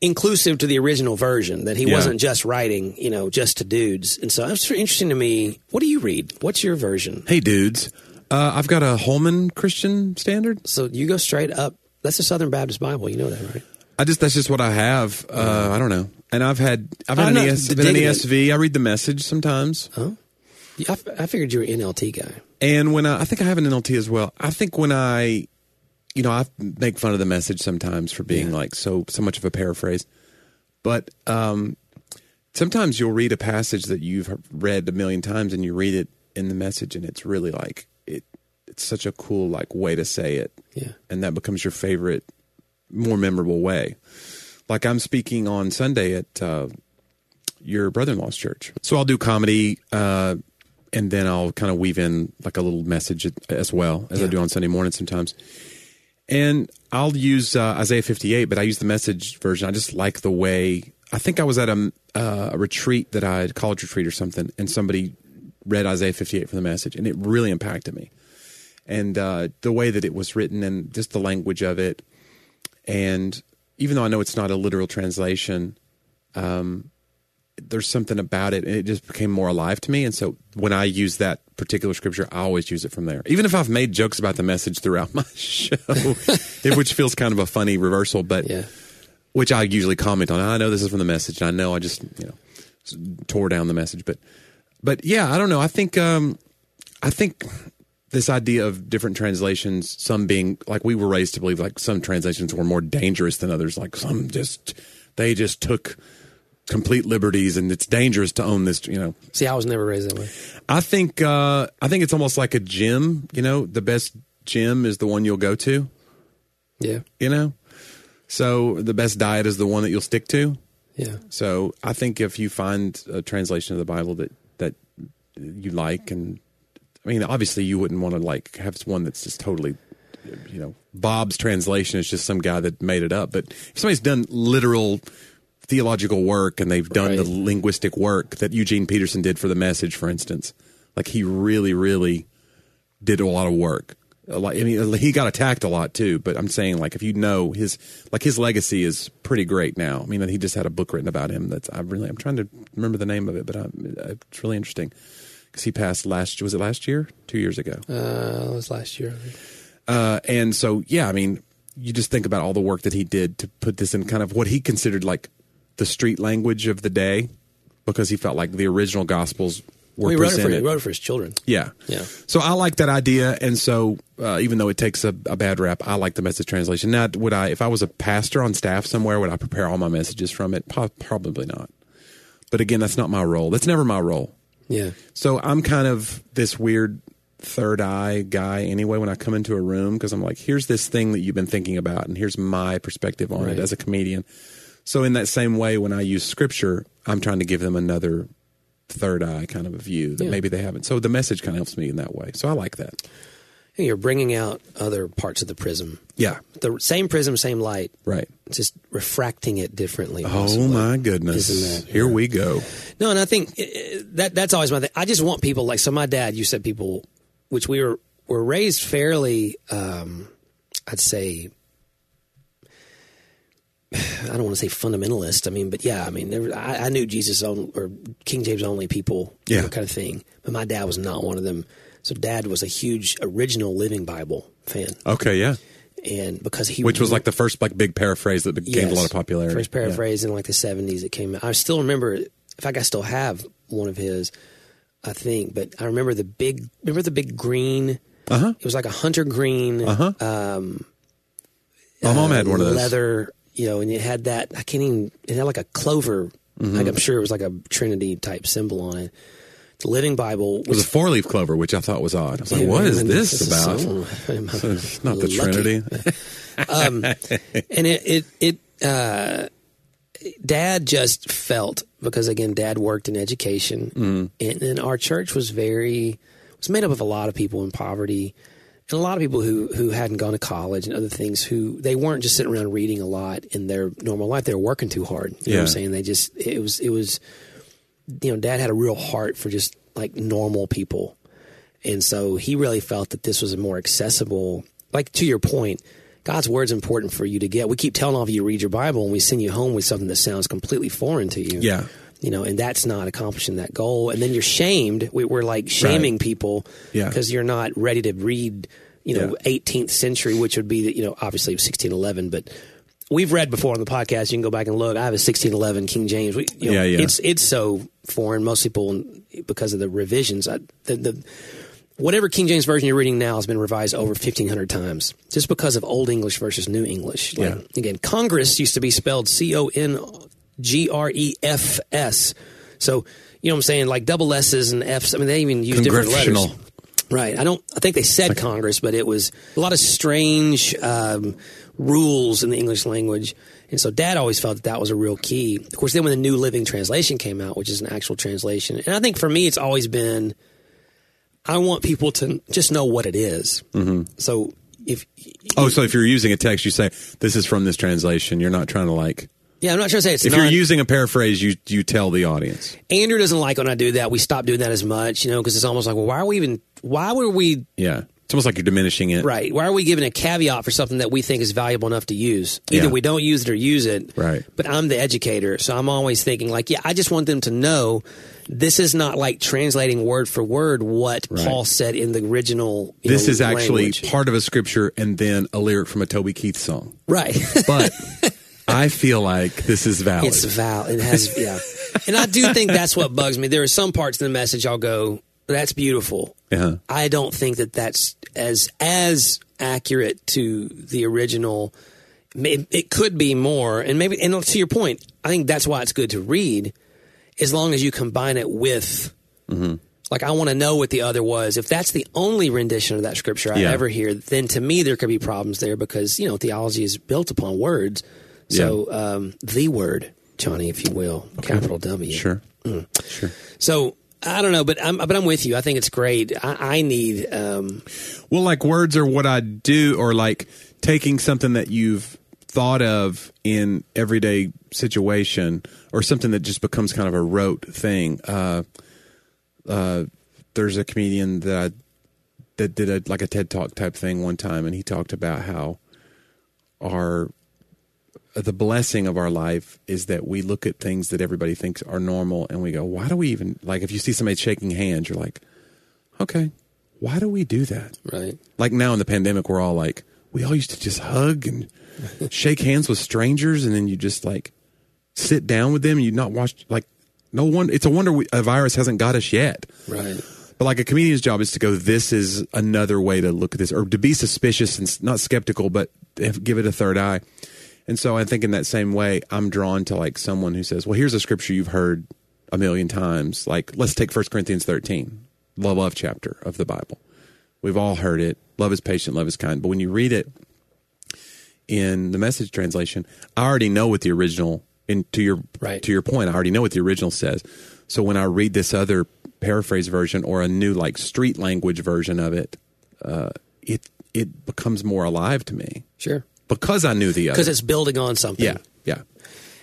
Speaker 1: inclusive to the original version that he
Speaker 2: Yeah.
Speaker 1: wasn't just writing, you know, just to dudes. And so it's interesting to me. What do you read? What's your version?
Speaker 2: Hey, dudes. Uh, I've got a Holman Christian standard.
Speaker 1: So you go straight up. That's the Southern Baptist Bible. You know that, right?
Speaker 2: I just that's just what I have. Uh, I don't know. And I've had I've had
Speaker 1: I'm not
Speaker 2: an, ES, been an
Speaker 1: digging it.
Speaker 2: ESV. I read the message sometimes.
Speaker 1: Yeah, I, f- I figured you were an NLT guy.
Speaker 2: And when I, I think I have an NLT as well. I think when I, you know, I make fun of the message sometimes for being like so so much of a paraphrase, but um, sometimes you'll read a passage that you've read a million times and you read it in the message and it's really like it. It's such a cool like way to say it,
Speaker 1: Yeah.
Speaker 2: and that becomes your favorite, more memorable way. Like I'm speaking on Sunday at uh, your brother-in-law's church. So I'll do comedy, uh, and then I'll kind of weave in like a little message as well as I do on Sunday morning sometimes. And I'll use uh, Isaiah 58, but I use the message version. I just like the way. I think I was at a, uh, a retreat that I had college retreat or something, and somebody read Isaiah 58 from the message, and it really impacted me. And uh, the way that it was written, and just the language of it, and even though I know it's not a literal translation, um, there's something about it and it just became more alive to me and so when i use that particular scripture i always use it from there even if i've made jokes about the message throughout my show it- which feels kind of a funny reversal but
Speaker 1: Yeah.
Speaker 2: which i usually comment on i know this is from the message and i know i just you know s- tore down the message but but yeah i don't know i think um i think this idea of different translations some being like we were raised to believe like some translations were more dangerous than others like some just they just took complete liberties and it's dangerous to own this you know
Speaker 1: See, I was never raised that way.
Speaker 2: i think uh i think it's almost like a gym you know the best gym is the one you'll go to
Speaker 1: Yeah.
Speaker 2: you know so the best diet is the one that you'll stick to
Speaker 1: Yeah.
Speaker 2: so i think if you find a translation of the bible that that you like and i mean obviously you wouldn't want to like have one that's just totally you know bob's translation is just some guy that made it up but if somebody's done literal theological work and they've done the
Speaker 1: Right.
Speaker 2: linguistic work that eugene peterson did for the message for instance like he really really did a lot of work. A lot, I mean, he got attacked a lot too. But I'm saying, like, if you know his, like, his legacy is pretty great now. I mean, he just had a book written about him. That's I really, I'm trying to remember the name of it, but i it's really interesting because he passed last. Was it last year? Two years ago.
Speaker 1: Uh, it was last year.
Speaker 2: Uh, and so, yeah, I mean, you just think about all the work that he did to put this in kind of what he considered like the street language of the day, because he felt like the original gospels were
Speaker 1: We wrote it for
Speaker 2: presented.
Speaker 1: he wrote it for his children.
Speaker 2: Yeah.
Speaker 1: Yeah.
Speaker 2: So I like that idea. And so uh, even though it takes a, a bad rap, I like the message translation. Now, would I, if I was a pastor on staff somewhere, would I prepare all my messages from it? Po- probably not. But again, that's not my role. That's never my role.
Speaker 1: Yeah.
Speaker 2: So I'm kind of this weird third eye guy anyway when I come into a room because I'm like, here's this thing that you've been thinking about, and here's my perspective on
Speaker 1: Right.
Speaker 2: it as a comedian. So in that same way, when I use scripture, I'm trying to give them another third eye kind of a view that
Speaker 1: Yeah.
Speaker 2: maybe they haven't. So the message kind of helps me in that way. So I like that.
Speaker 1: And you're bringing out other parts of the prism.
Speaker 2: Yeah.
Speaker 1: The same prism, same light,
Speaker 2: Right.
Speaker 1: just refracting it differently.
Speaker 2: Oh my goodness.
Speaker 1: Isn't that-
Speaker 2: Here we go.
Speaker 1: No, and I think eh, eh, that that's always my thing. I just want people like so. My dad, you said people, which we were were raised fairly. Um, I'd say. I don't want to say fundamentalist. I mean, but yeah, I mean, there, were- I, I knew Jesus on, or King James only people, you
Speaker 2: Yeah.
Speaker 1: know, kind of thing. But my dad was not one of them. So dad was a huge original Living Bible fan,
Speaker 2: Okay. Yeah.
Speaker 1: and because he
Speaker 2: Which was like the first like big paraphrase that gained a
Speaker 1: Yes.
Speaker 2: lot of popularity.
Speaker 1: First paraphrase in like the seventies that came out. I still remember. In fact, I still have one of his, I think. But I remember the big. Remember the big green.
Speaker 2: Uh huh.
Speaker 1: It was like a hunter green
Speaker 2: Uh huh. My mom had one of those.
Speaker 1: leather. You know, and it had that. I can't even. It had like a clover.
Speaker 2: Mm-hmm.
Speaker 1: Like I'm sure it was like a Trinity type symbol on it. The Living Bible
Speaker 2: It was a four leaf clover, which I thought was odd. I was like, what is this about? It's not the Trinity.
Speaker 1: and it it it uh, dad just felt because again dad worked in education and, and our church was very was made up of a lot of people in poverty and a lot of people who who hadn't gone to college and other things who they weren't just sitting around reading a lot in their normal life they were working too hard you know what i'm
Speaker 2: Yeah.
Speaker 1: saying they just it was it was you know dad had a real heart for just like normal people and so he really felt that this was a more accessible, like to your point, God's word's important for you to get. We keep telling all of you to read your Bible and we send you home with something that sounds completely foreign to you.
Speaker 2: Yeah.
Speaker 1: You know, and that's not accomplishing that goal. And then you're shamed. We, we're like shaming people
Speaker 2: Yeah.
Speaker 1: because you're not ready to read, you know,
Speaker 2: Yeah.
Speaker 1: 18th century, which would be, the, you know, obviously 1611, but we've read before on the podcast. You can go back and look. I have a 1611 King James. We, you know,
Speaker 2: Yeah, yeah.
Speaker 1: It's, it's so foreign. Most people, because of the revisions, I, the, the, whatever King James version you're reading now has been revised over 1500 times just because of old English versus new English. Like,
Speaker 2: Yeah.
Speaker 1: Again, Congress used to be spelled C O N G R E F S. So, you know what I'm saying? Like double S's and F's. I mean, they even use different letters.
Speaker 2: Congressional.
Speaker 1: Right. I don't, I think they said Congress, but it was a lot of strange um, rules in the English language. And so dad always felt that that was a real key. Of course, then when the New Living Translation came out, which is an actual translation, and I think for me, it's always been. I want people to just know what it Mm-hmm. So if
Speaker 2: Oh, so if you're using a text, you say this is from this translation. You're not trying to like.
Speaker 1: yeah, I'm not trying to say it's
Speaker 2: If
Speaker 1: not.
Speaker 2: you're using a paraphrase, you you tell the audience.
Speaker 1: Andrew doesn't like when I do that. We stop doing that as much, you know, because it's almost like, well, why are we even? Why were we
Speaker 2: Yeah, it's almost like you're diminishing it.
Speaker 1: right? Why are we giving a caveat for something that we think is valuable enough to use? Either
Speaker 2: Yeah.
Speaker 1: we don't use it or use it.
Speaker 2: Right.
Speaker 1: But I'm the educator, so I'm always thinking like, yeah, I just want them to know this is not like translating word for word what
Speaker 2: Right.
Speaker 1: Paul said in the original. you
Speaker 2: This
Speaker 1: know,
Speaker 2: is actually
Speaker 1: language.
Speaker 2: part of a scripture and then a lyric from a Toby Keith song.
Speaker 1: right.
Speaker 2: But I feel like this is valid.
Speaker 1: It's Val. It has yeah. and I do think that's what bugs me. There are some parts in the message I'll go, that's beautiful.
Speaker 2: Uh-huh.
Speaker 1: I don't think that that's as as accurate to the original. It, it could be more, and maybe and to your point, I think that's why it's good to read, as long as you combine it with.
Speaker 2: Mm-hmm.
Speaker 1: Like I want to know what the other was. If that's the only rendition of that scripture I
Speaker 2: Yeah.
Speaker 1: ever hear, then to me there could be problems there because you know theology is built upon words. So um, the word, Johnny, if you will, capital W.
Speaker 2: Sure,
Speaker 1: Mm.
Speaker 2: sure.
Speaker 1: So I don't know, but I'm but I'm with you. I think it's great. I, I need. Um,
Speaker 2: Well, like words are what I do, or like taking something that you've thought of in everyday situation, or something that just becomes kind of a rote thing. Uh, uh, there's a comedian that I, that did a like a TED Talk type thing one time, and he talked about how our the blessing of our life is that we look at things that everybody thinks are normal, and we go, "Why do we even like?" If you see somebody shaking hands, you're like, "Okay, why do we do that?"
Speaker 1: right.
Speaker 2: like now in the pandemic we're all like we all used to just hug and shake hands with strangers and then you just like sit down with them and you not watch like no one it's a wonder we, a virus hasn't got us yet
Speaker 1: Right.
Speaker 2: but like a comedian's job is to go this is another way to look at this or to be suspicious and s- not skeptical but if- give it a third eye and so i think in that same way i'm drawn to like someone who says well here's a scripture you've heard a million times like let's take 1 corinthians 13 the love chapter of the bible we've all heard it love is patient love is kind but when you read it in the message translation i already know what the original and to your
Speaker 1: Right.
Speaker 2: to your point, I already know what the original says. So when I read this other paraphrase version or a new like street language version of it, uh, it it becomes more alive to me
Speaker 1: Sure.
Speaker 2: because I knew the
Speaker 1: Because
Speaker 2: other.
Speaker 1: it's building on something.
Speaker 2: Yeah, yeah.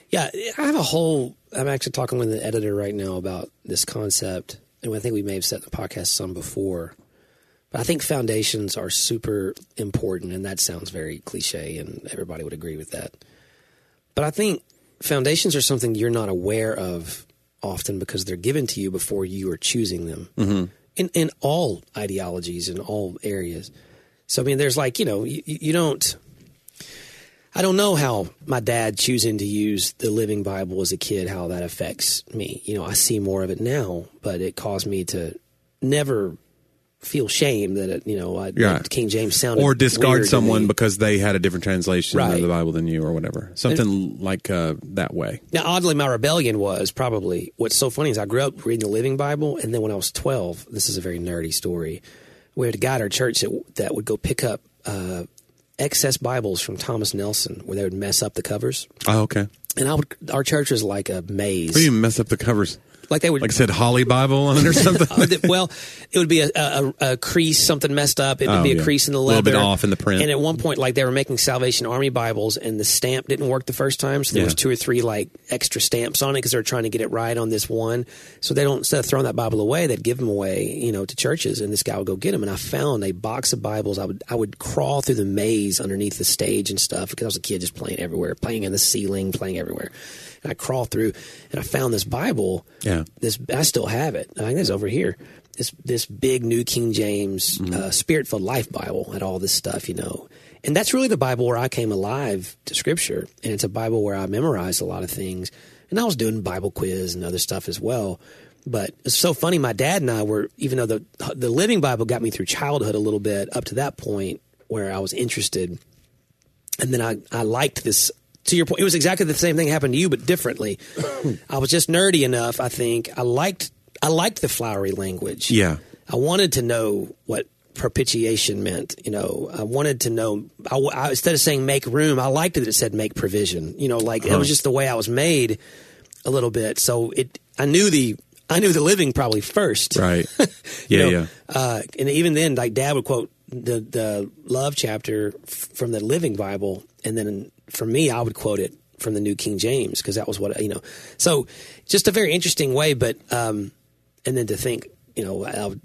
Speaker 1: Yeah, I have a whole. I'm actually talking with an editor right now about this concept, and I think we may have said in the podcast some before. But I think foundations are super important, and that sounds very cliche, and everybody would agree with that. But I think foundations are something you're not aware of often because they're given to you before you are choosing them
Speaker 2: Mm-hmm.
Speaker 1: in in all ideologies in all areas. So I mean, there's like you know you, you don't. I don't know how my dad choosing to use the Living Bible as a kid, how that affects me. You know, I see more of it now, but it caused me to never feel shame that it, you know, I,
Speaker 2: Yeah.
Speaker 1: that King James sounded
Speaker 2: Or discard
Speaker 1: weird to
Speaker 2: someone
Speaker 1: me.
Speaker 2: because they had a different translation of
Speaker 1: Right.
Speaker 2: the Bible than you or whatever. Something like uh, that way.
Speaker 1: Now, oddly, my rebellion was probably what's so funny is I grew up reading the Living Bible, and then when I was twelve, this is a very nerdy story. We had a guy at our church that, that would go pick up uh, excess Bibles from Thomas Nelson, where they would mess up the covers.
Speaker 2: Oh, okay.
Speaker 1: And I would, our church was like a maze.
Speaker 2: You mess up the covers.
Speaker 1: Like they would,
Speaker 2: Like I said, Holly Bible on it or something.
Speaker 1: uh, th- well, it would be a, a, a crease, something messed up. It would
Speaker 2: Oh,
Speaker 1: be a
Speaker 2: yeah.
Speaker 1: crease in the
Speaker 2: A little
Speaker 1: leather,
Speaker 2: bit off in the print.
Speaker 1: And at one point, like they were making Salvation Army Bibles, and the stamp didn't work the first time, so there was
Speaker 2: Yeah.
Speaker 1: two or three like extra stamps on it because they were trying to get it right on this one. So they don't instead of throwing that Bible away, they'd give them away, you know, to churches, and this guy would go get them. And I found a box of Bibles. I would I would crawl through the maze underneath the stage and stuff because I was a kid just playing everywhere, playing in the ceiling, playing everywhere. And I crawled through, and I found this Bible
Speaker 2: Yeah.
Speaker 1: this I still have it. I think it's over here. This this big New King James uh, Spirit filled Life Bible had all this stuff, you know, and that's really the Bible where I came alive to Scripture, and it's a Bible where I memorized a lot of things, and I was doing Bible quiz and other stuff as well. But it's so funny. My dad and I were, even though the the Living Bible got me through childhood a little bit up to that point where I was interested and then I, I liked this to your point it was exactly the same thing happened to you but differently i was just nerdy enough i think i liked i liked the flowery language
Speaker 2: Yeah.
Speaker 1: i wanted to know what propitiation meant you know i wanted to know I, I- instead of saying make room i liked that it said make provision you know like it was just the way i was made a little bit so it i knew the i knew the living probably first
Speaker 2: Right.
Speaker 1: you
Speaker 2: Yeah,
Speaker 1: know,
Speaker 2: yeah.
Speaker 1: Uh, and even then, like Dad would quote the the love chapter f- from the Living Bible, and then for me, I would quote it from the New King James because that was what you know. So, just a very interesting way. But um, and then to think, you know, I would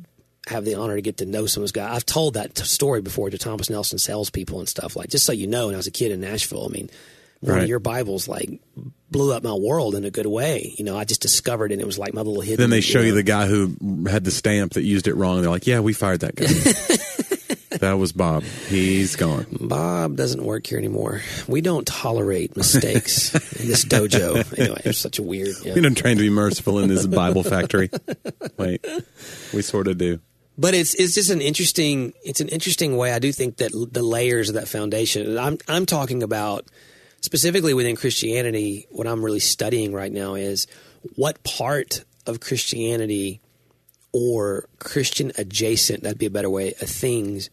Speaker 1: have the honor to get to know some of this guy. I've told that t- story before to Thomas Nelson salespeople and stuff like. Just so you know, when I was a kid in Nashville, I mean. One
Speaker 2: Right.
Speaker 1: of your Bibles like blew up my world in a good way. You know, I just discovered it and it was like my little hidden.
Speaker 2: Then they show you
Speaker 1: know,
Speaker 2: the guy who had the stamp that used it wrong. They're like, yeah, we fired that guy. that was Bob. He's gone.
Speaker 1: Bob doesn't work here anymore. We don't tolerate mistakes in this dojo. Anyway, it's such a weird. yeah.
Speaker 2: We don't train to be merciful in this Bible factory. Wait, we sort of do.
Speaker 1: But it's it's just an interesting it's an interesting way. I do think that l- the layers of that foundation. And I'm I'm talking about specifically within Christianity. What I'm really studying right now is what part of Christianity or Christian adjacent. That'd be a better way of things.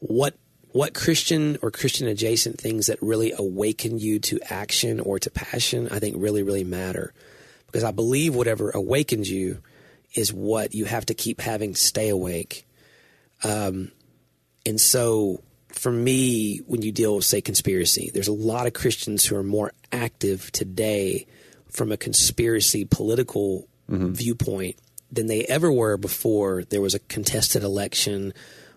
Speaker 1: What what Christian or Christian adjacent things that really awaken you to action or to passion, I think really, really matter. Because I believe whatever awakens you is what you have to keep having to stay awake. And so for me, when you deal with, say, conspiracy, there's a lot of Christians who are more active today from a conspiracy political viewpoint than they ever were before there was a contested election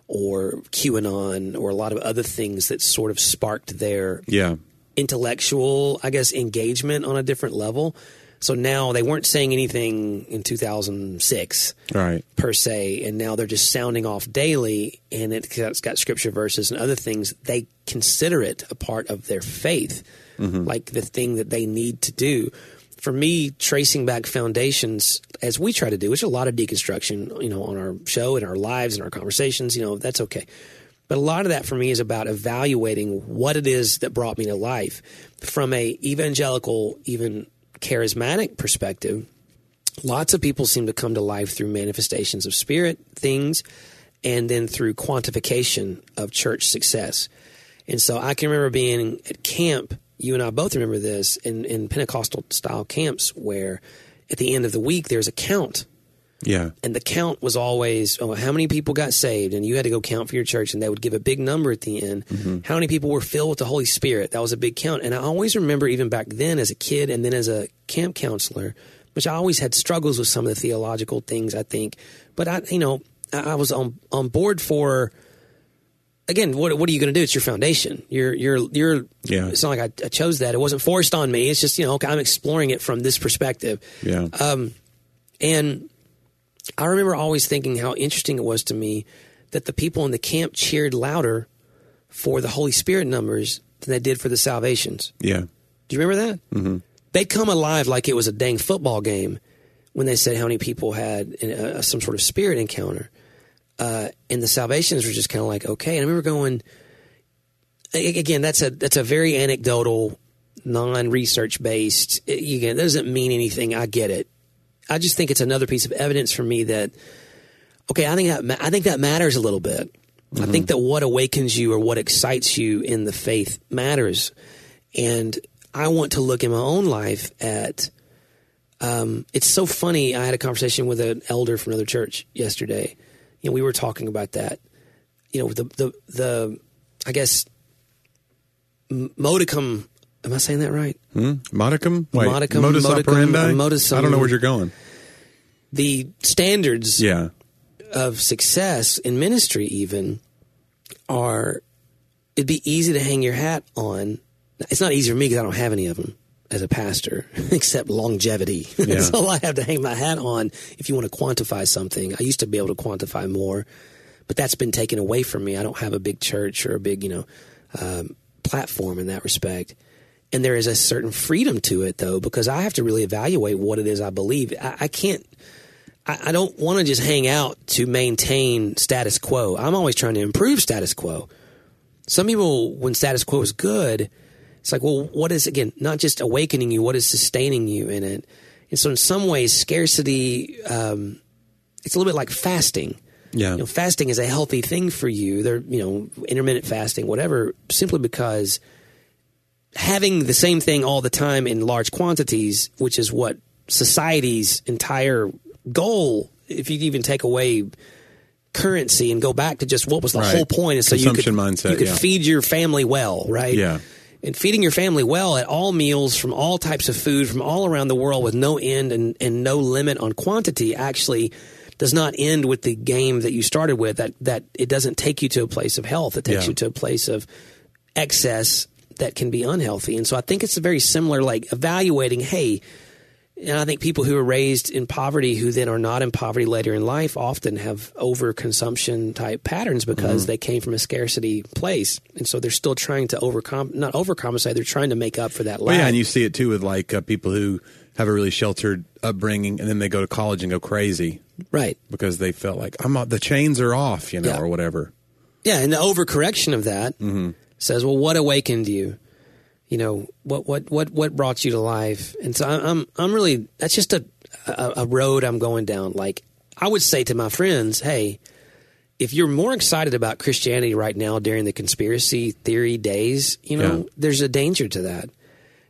Speaker 1: or QAnon or a lot of other things that sort of sparked their
Speaker 2: Yeah.
Speaker 1: intellectual, I guess, engagement on a different level. So now they weren't saying anything in 2006
Speaker 2: All right.
Speaker 1: per se, and now they're just sounding off daily, and it, 'cause it's got scripture verses and other things. They consider it a part of their faith, like the thing that they need to do. For me, tracing back foundations, as we try to do, which is a lot of deconstruction, you know, on our show, in our lives, in our conversations, you know, that's okay. But a lot of that for me is about evaluating what it is that brought me to life from a evangelical, even charismatic perspective lots of people seem to come to life through manifestations of spirit things and then through quantification of church success. And so I can remember being at camp you and I both remember this in, in Pentecostal style camps where at the end of the week there's a count
Speaker 2: Yeah.
Speaker 1: and the count was always oh, how many people got saved and you had to go count for your church and they would give a big number at the end how many people were filled with the holy spirit that was a big count and i always remember even back then as a kid and then as a camp counselor which i always had struggles with some of the theological things i think but i you know i, I was on on board for again what, what are you going to do it's your foundation you're you're you're
Speaker 2: Yeah.
Speaker 1: it's not like I, I chose that it wasn't forced on me it's just you know okay, i'm exploring it from this perspective
Speaker 2: Yeah.
Speaker 1: Uh, and I remember always thinking how interesting it was to me that the people in the camp cheered louder for the Holy Spirit numbers than they did for the salvations.
Speaker 2: yeah.
Speaker 1: Do you remember that? Mm-hmm. They come alive like it was a dang football game when they said how many people had uh, some sort of spirit encounter. Uh, and the salvations were just kind of like, okay. And I remember going, a- again, that's a, that's a very anecdotal, non research based, it, you get, that doesn't mean anything. I get it. I just think it's another piece of evidence for me that, okay, I think that, ma- I think that matters a little bit. I think that what awakens you or what excites you in the faith matters and I want to look in my own life at. Um, it's so funny. I had a conversation with an elder from another church yesterday. You know, we were talking about that. You know, the the the I guess m- modicum. Am I saying that right?
Speaker 2: Hmm? Modicum? Wait,
Speaker 1: Modicum,
Speaker 2: Modus
Speaker 1: modicum,
Speaker 2: operandi?
Speaker 1: uh, modus-
Speaker 2: I don't know where you're going.
Speaker 1: The standards
Speaker 2: Yeah.
Speaker 1: of success in ministry even are it'd be easy to hang your hat on it's not easy for me because i don't have any of them as a pastor except longevity that's all i have to hang my hat on if you want to quantify something i used to be able to quantify more but that's been taken away from me i don't have a big church or a big you know um, platform in that respect and there is a certain freedom to it though because i have to really evaluate what it is i believe i, I can't I, I don't want to just hang out to maintain status quo. I'm always trying to improve status quo. Some people, when status quo is good, it's like, well, what is, again, not just awakening you, what is sustaining you in it? And so, in some ways, scarcity, um, it's a little bit like fasting.
Speaker 2: Yeah.
Speaker 1: You know, fasting is a healthy thing for you. They're, you know, intermittent fasting, whatever, simply because having the same thing all the time in large quantities, which is what society's entire goal, if you even take away currency and go back to just what was the
Speaker 2: Right.
Speaker 1: whole point is so you could,
Speaker 2: Consumption mindset,
Speaker 1: you could
Speaker 2: yeah.
Speaker 1: feed your family well, right?
Speaker 2: Yeah.
Speaker 1: And feeding your family well at all meals from all types of food from all around the world with no end and, and no limit on quantity actually does not end with the game that you started with that that it doesn't take you to a place of health. It takes
Speaker 2: Yeah.
Speaker 1: you to a place of excess that can be unhealthy. And so I think it's a very similar like evaluating, hey, and I think people who are raised in poverty who then are not in poverty later in life often have overconsumption type patterns because
Speaker 2: Mm-hmm.
Speaker 1: they came from a scarcity place. And so they're still trying to overcom not overcompensate, they're trying to make up for that lack.
Speaker 2: Well, yeah, and you see it too with like uh, people who have a really sheltered upbringing and then they go to college and go crazy
Speaker 1: right.
Speaker 2: because they felt like I'm uh, the chains are off, you know,
Speaker 1: Yeah.
Speaker 2: or whatever.
Speaker 1: Yeah, and the overcorrection of that says, "Well, what awakened you? You know, what what what what brought you to life?" And so I'm I'm, I'm really that's just a, a a road I'm going down. Like I would say to my friends, "Hey, if you're more excited about Christianity right now during the conspiracy theory days, you know,
Speaker 2: Yeah.
Speaker 1: there's a danger to that."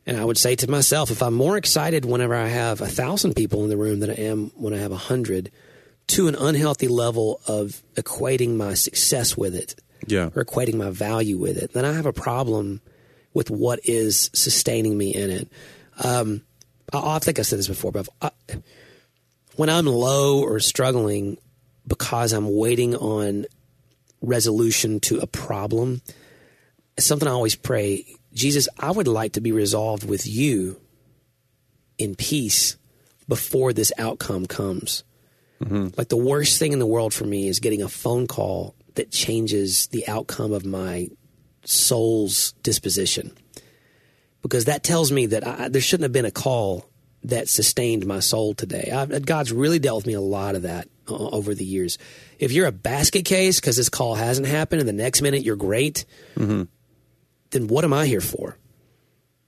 Speaker 1: And I would say to myself, if I'm more excited whenever I have a thousand people in the room than I am when I have a hundred, to an unhealthy level of equating my success with it
Speaker 2: Yeah.
Speaker 1: or equating my value with it, then I have a problem with what is sustaining me in it. Um, I, I think I said this before, but I, when I'm low or struggling because I'm waiting on resolution to a problem, it's something I always pray Jesus, I would like to be resolved with you in peace before this outcome comes. Like the worst thing in the world for me is getting a phone call that changes the outcome of my soul's disposition. Because that tells me that I, there shouldn't have been a call that sustained my soul today. I've, God's really dealt with me a lot of that o- over the years. If you're a basket case because this call hasn't happened and the next minute you're great, then what am I here for?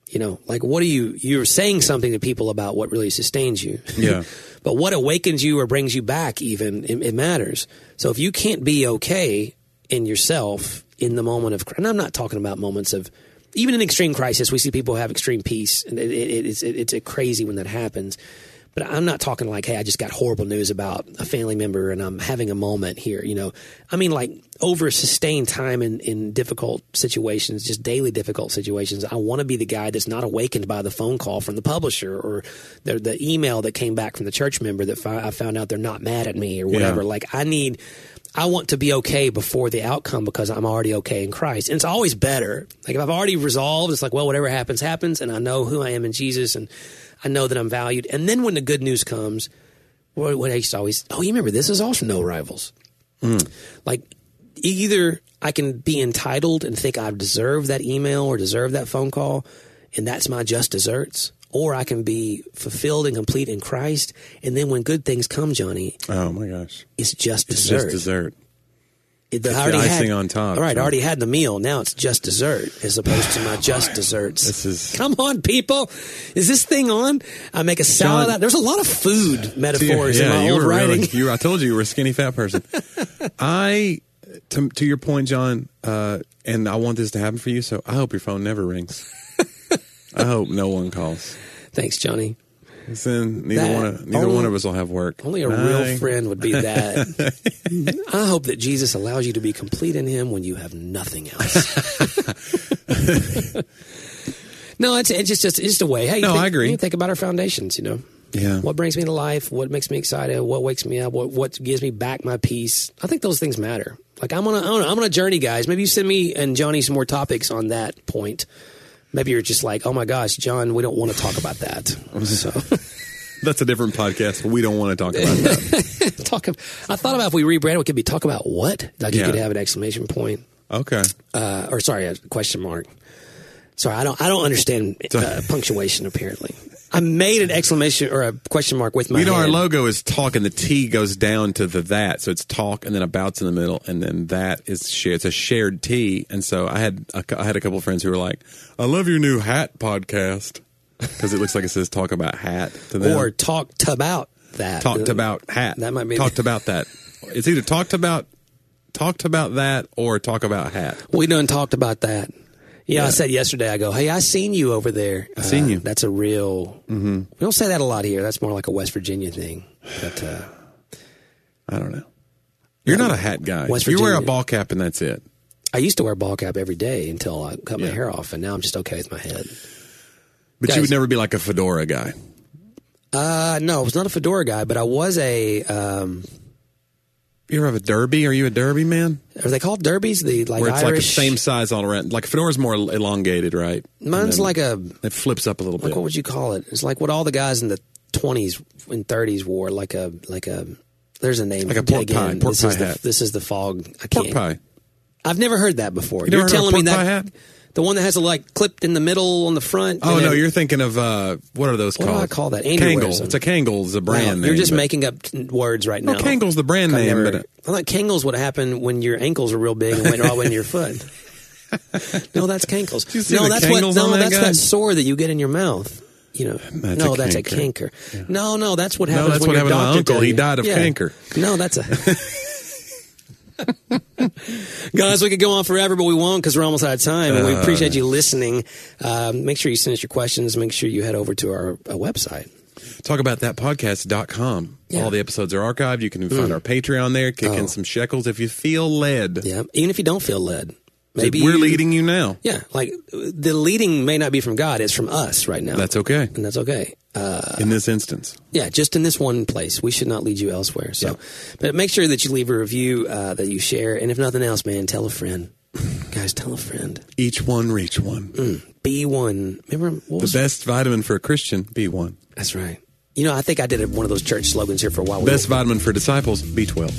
Speaker 1: You know, like what are you? You're saying something to people about what really sustains you.
Speaker 2: Yeah.
Speaker 1: but what awakens you or brings you back, even it, it matters. So if you can't be okay in yourself in the moment of, and I'm not talking about moments of even in extreme crisis, we see people have extreme peace, and it, it, it's it, it's crazy when that happens. But I'm not talking like, hey, I just got horrible news about a family member, and I'm having a moment here. You know, I mean, like over sustained time in in difficult situations, just daily difficult situations. I want to be the guy that's not awakened by the phone call from the publisher or the the email that came back from the church member that fi- I found out they're not mad at me or whatever. Like, I need. I want to be okay before the outcome because I'm already okay in Christ. And it's always better. Like if I've already resolved, it's like, well, whatever happens, happens. And I know who I am in Jesus and I know that I'm valued. And then when the good news comes, what, what I used to always, oh, you remember this is also no rivals.
Speaker 2: Hmm.
Speaker 1: Like e- either I can be entitled and think I deserve that email or deserve that phone call, and that's my just desserts. Or I can be fulfilled and complete in Christ. And then when good things come, Johnny,
Speaker 2: Oh my gosh.
Speaker 1: it's just
Speaker 2: It's
Speaker 1: dessert.
Speaker 2: just dessert.
Speaker 1: It, I already
Speaker 2: the
Speaker 1: had-
Speaker 2: icing on top,
Speaker 1: All right,
Speaker 2: so.
Speaker 1: I already had the meal. Now it's just dessert as opposed to my just desserts.
Speaker 2: This is-
Speaker 1: come on, people. Is this thing on? I make a salad.
Speaker 2: John-
Speaker 1: out. There's a lot of food metaphors in my
Speaker 2: you
Speaker 1: old
Speaker 2: were
Speaker 1: writing.
Speaker 2: Really, you were- I told you you were a skinny fat person. I, to, to your point, John, uh, and I want this to happen for you, so I hope your phone never rings. I hope no one calls.
Speaker 1: Thanks, Johnny.
Speaker 2: 'Cause Then neither
Speaker 1: That-
Speaker 2: one of neither
Speaker 1: only-
Speaker 2: one of us will have work.
Speaker 1: Only a real friend would be that. I hope that Jesus allows you to be complete in Him when you have nothing else. no, it's, it's just it's just a way. Hey,
Speaker 2: No,
Speaker 1: think,
Speaker 2: I agree.
Speaker 1: You think about our foundations. You know,
Speaker 2: Yeah.
Speaker 1: what brings me to life, what makes me excited, what wakes me up, what what gives me back my peace. I think those things matter. Like I'm on a I don't know, I'm on a journey, guys. Maybe you send me and Johnny some more topics on that point. Maybe you're just like, oh my gosh, John, we don't want to talk about that. So.
Speaker 2: That's a different podcast. We don't want to talk about that.
Speaker 1: talk. ab- I thought about if we rebrand, we could be talk about what. Like you
Speaker 2: Yeah.
Speaker 1: could have an exclamation point,
Speaker 2: Okay.
Speaker 1: uh, or sorry, a question mark. Sorry, I don't. I don't understand uh, punctuation. Apparently, I made an exclamation or a question mark with my.
Speaker 2: You know, our
Speaker 1: hand.
Speaker 2: logo is talk, and the T goes down to the that. So it's talk, and then abouts in the middle, and then that is share. It's a shared T. And so I had a, cou- I had a couple of friends who were like, "I love your new hat podcast," because it looks like it says talk about hat to them.
Speaker 1: or talked about that. Uh,
Speaker 2: talked about hat.
Speaker 1: That might be-
Speaker 2: talked about that. It's either talked about talked about that or talk about hat.
Speaker 1: We done talked about that. Yeah, I said yesterday. I go, hey, I seen you over there. I
Speaker 2: seen you. Mm-hmm.
Speaker 1: That's a real. We don't say that a lot here. That's more like a West Virginia thing. But uh,
Speaker 2: I don't know. You're not a hat guy.
Speaker 1: West
Speaker 2: You wear a
Speaker 1: Virginia.
Speaker 2: ball cap, and that's it.
Speaker 1: I used to wear a ball cap every day until I cut my
Speaker 2: Yeah.
Speaker 1: hair off, and now I'm just okay with my head.
Speaker 2: But
Speaker 1: Guys.
Speaker 2: you would never be like a fedora guy.
Speaker 1: Uh, no, I was not a fedora guy, but I was a. Um,
Speaker 2: You ever have a derby? Are you a derby man?
Speaker 1: are they called derbies? The like
Speaker 2: where it's like the
Speaker 1: Irish.
Speaker 2: same size all around. Like fedora's more elongated, right?
Speaker 1: Mine's like a.
Speaker 2: It flips up a little
Speaker 1: Like
Speaker 2: bit.
Speaker 1: what would you call it? It's like what all the guys in the twenties and thirties wore, like a like a. There's a name.
Speaker 2: Like a pork
Speaker 1: Again,
Speaker 2: pie, pork
Speaker 1: this
Speaker 2: pie
Speaker 1: is
Speaker 2: hat.
Speaker 1: The, this is the fog. I
Speaker 2: Pork
Speaker 1: can't.
Speaker 2: pie.
Speaker 1: I've never heard that before.
Speaker 2: never
Speaker 1: You are
Speaker 2: heard of a
Speaker 1: telling me that
Speaker 2: pork pie hat?
Speaker 1: the one that has a like clipped in the middle on the front.
Speaker 2: Oh
Speaker 1: and
Speaker 2: no,
Speaker 1: then-
Speaker 2: you're thinking of uh, what are those
Speaker 1: do I
Speaker 2: called?
Speaker 1: call that? Andy wears
Speaker 2: Kangle.
Speaker 1: them.
Speaker 2: It's a Kangle. It's a
Speaker 1: Wow,
Speaker 2: brand. name,
Speaker 1: you're just
Speaker 2: but-
Speaker 1: making up t- words right now.
Speaker 2: No, Kangol's the brand
Speaker 1: I
Speaker 2: name,
Speaker 1: never-
Speaker 2: but uh,
Speaker 1: I thought Kangles would happen when your ankles were real big and went all the way into your foot. No, that's Kangles.
Speaker 2: you see
Speaker 1: No,
Speaker 2: the
Speaker 1: that's what.
Speaker 2: Kangles
Speaker 1: No,
Speaker 2: on that
Speaker 1: that's
Speaker 2: guy?
Speaker 1: that sore that you get in your mouth. You know,
Speaker 2: That's
Speaker 1: no,
Speaker 2: a
Speaker 1: that's a
Speaker 2: canker.
Speaker 1: canker. No, no, that's what happens.
Speaker 2: that's
Speaker 1: when
Speaker 2: what
Speaker 1: your
Speaker 2: happened to my
Speaker 1: doctor
Speaker 2: uncle.
Speaker 1: tell
Speaker 2: He
Speaker 1: you.
Speaker 2: died of
Speaker 1: Yeah.
Speaker 2: canker.
Speaker 1: No, that's a. Guys, we could go on forever, but we won't because we're almost out of time. And we
Speaker 2: Oh,
Speaker 1: appreciate you listening. Um, make sure you send us your questions. Make sure you head over to our, uh website.
Speaker 2: talk about that podcast.com.
Speaker 1: Yeah. Mm. Oh.
Speaker 2: All the episodes are archived. You can find our Patreon there. Kick in some shekels if you feel led.
Speaker 1: Yeah, even if you don't feel led, maybe
Speaker 2: We're
Speaker 1: you-
Speaker 2: leading you now.
Speaker 1: Yeah, like the leading may not be from God; it's from us right now.
Speaker 2: That's okay.
Speaker 1: and that's okay. Uh,
Speaker 2: In this instance,
Speaker 1: yeah, just in this one place, we should not lead you elsewhere. So, but make sure that you leave a review, uh, that you share, and if nothing else, man, tell a friend. Guys, tell a friend.
Speaker 2: each one reach one.
Speaker 1: Mm. Be one. Remember what
Speaker 2: The
Speaker 1: was
Speaker 2: best vitamin for a Christian, be one.
Speaker 1: that's right. You know, I think I did one of those church slogans here for a while.
Speaker 2: Best vitamin for disciples, B12.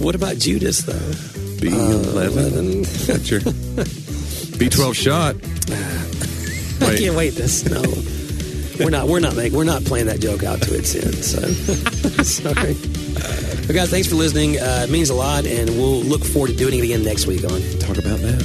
Speaker 1: What about Judas though?
Speaker 2: B11. That's your B12 shot.
Speaker 1: I
Speaker 2: Wait,
Speaker 1: can't wait. This no, we're not. We're not. Like, we're not playing that joke out to its end. So sorry. But guys, thanks for listening. Uh, it means a lot, and we'll look forward to doing it again next week on
Speaker 2: talk about that.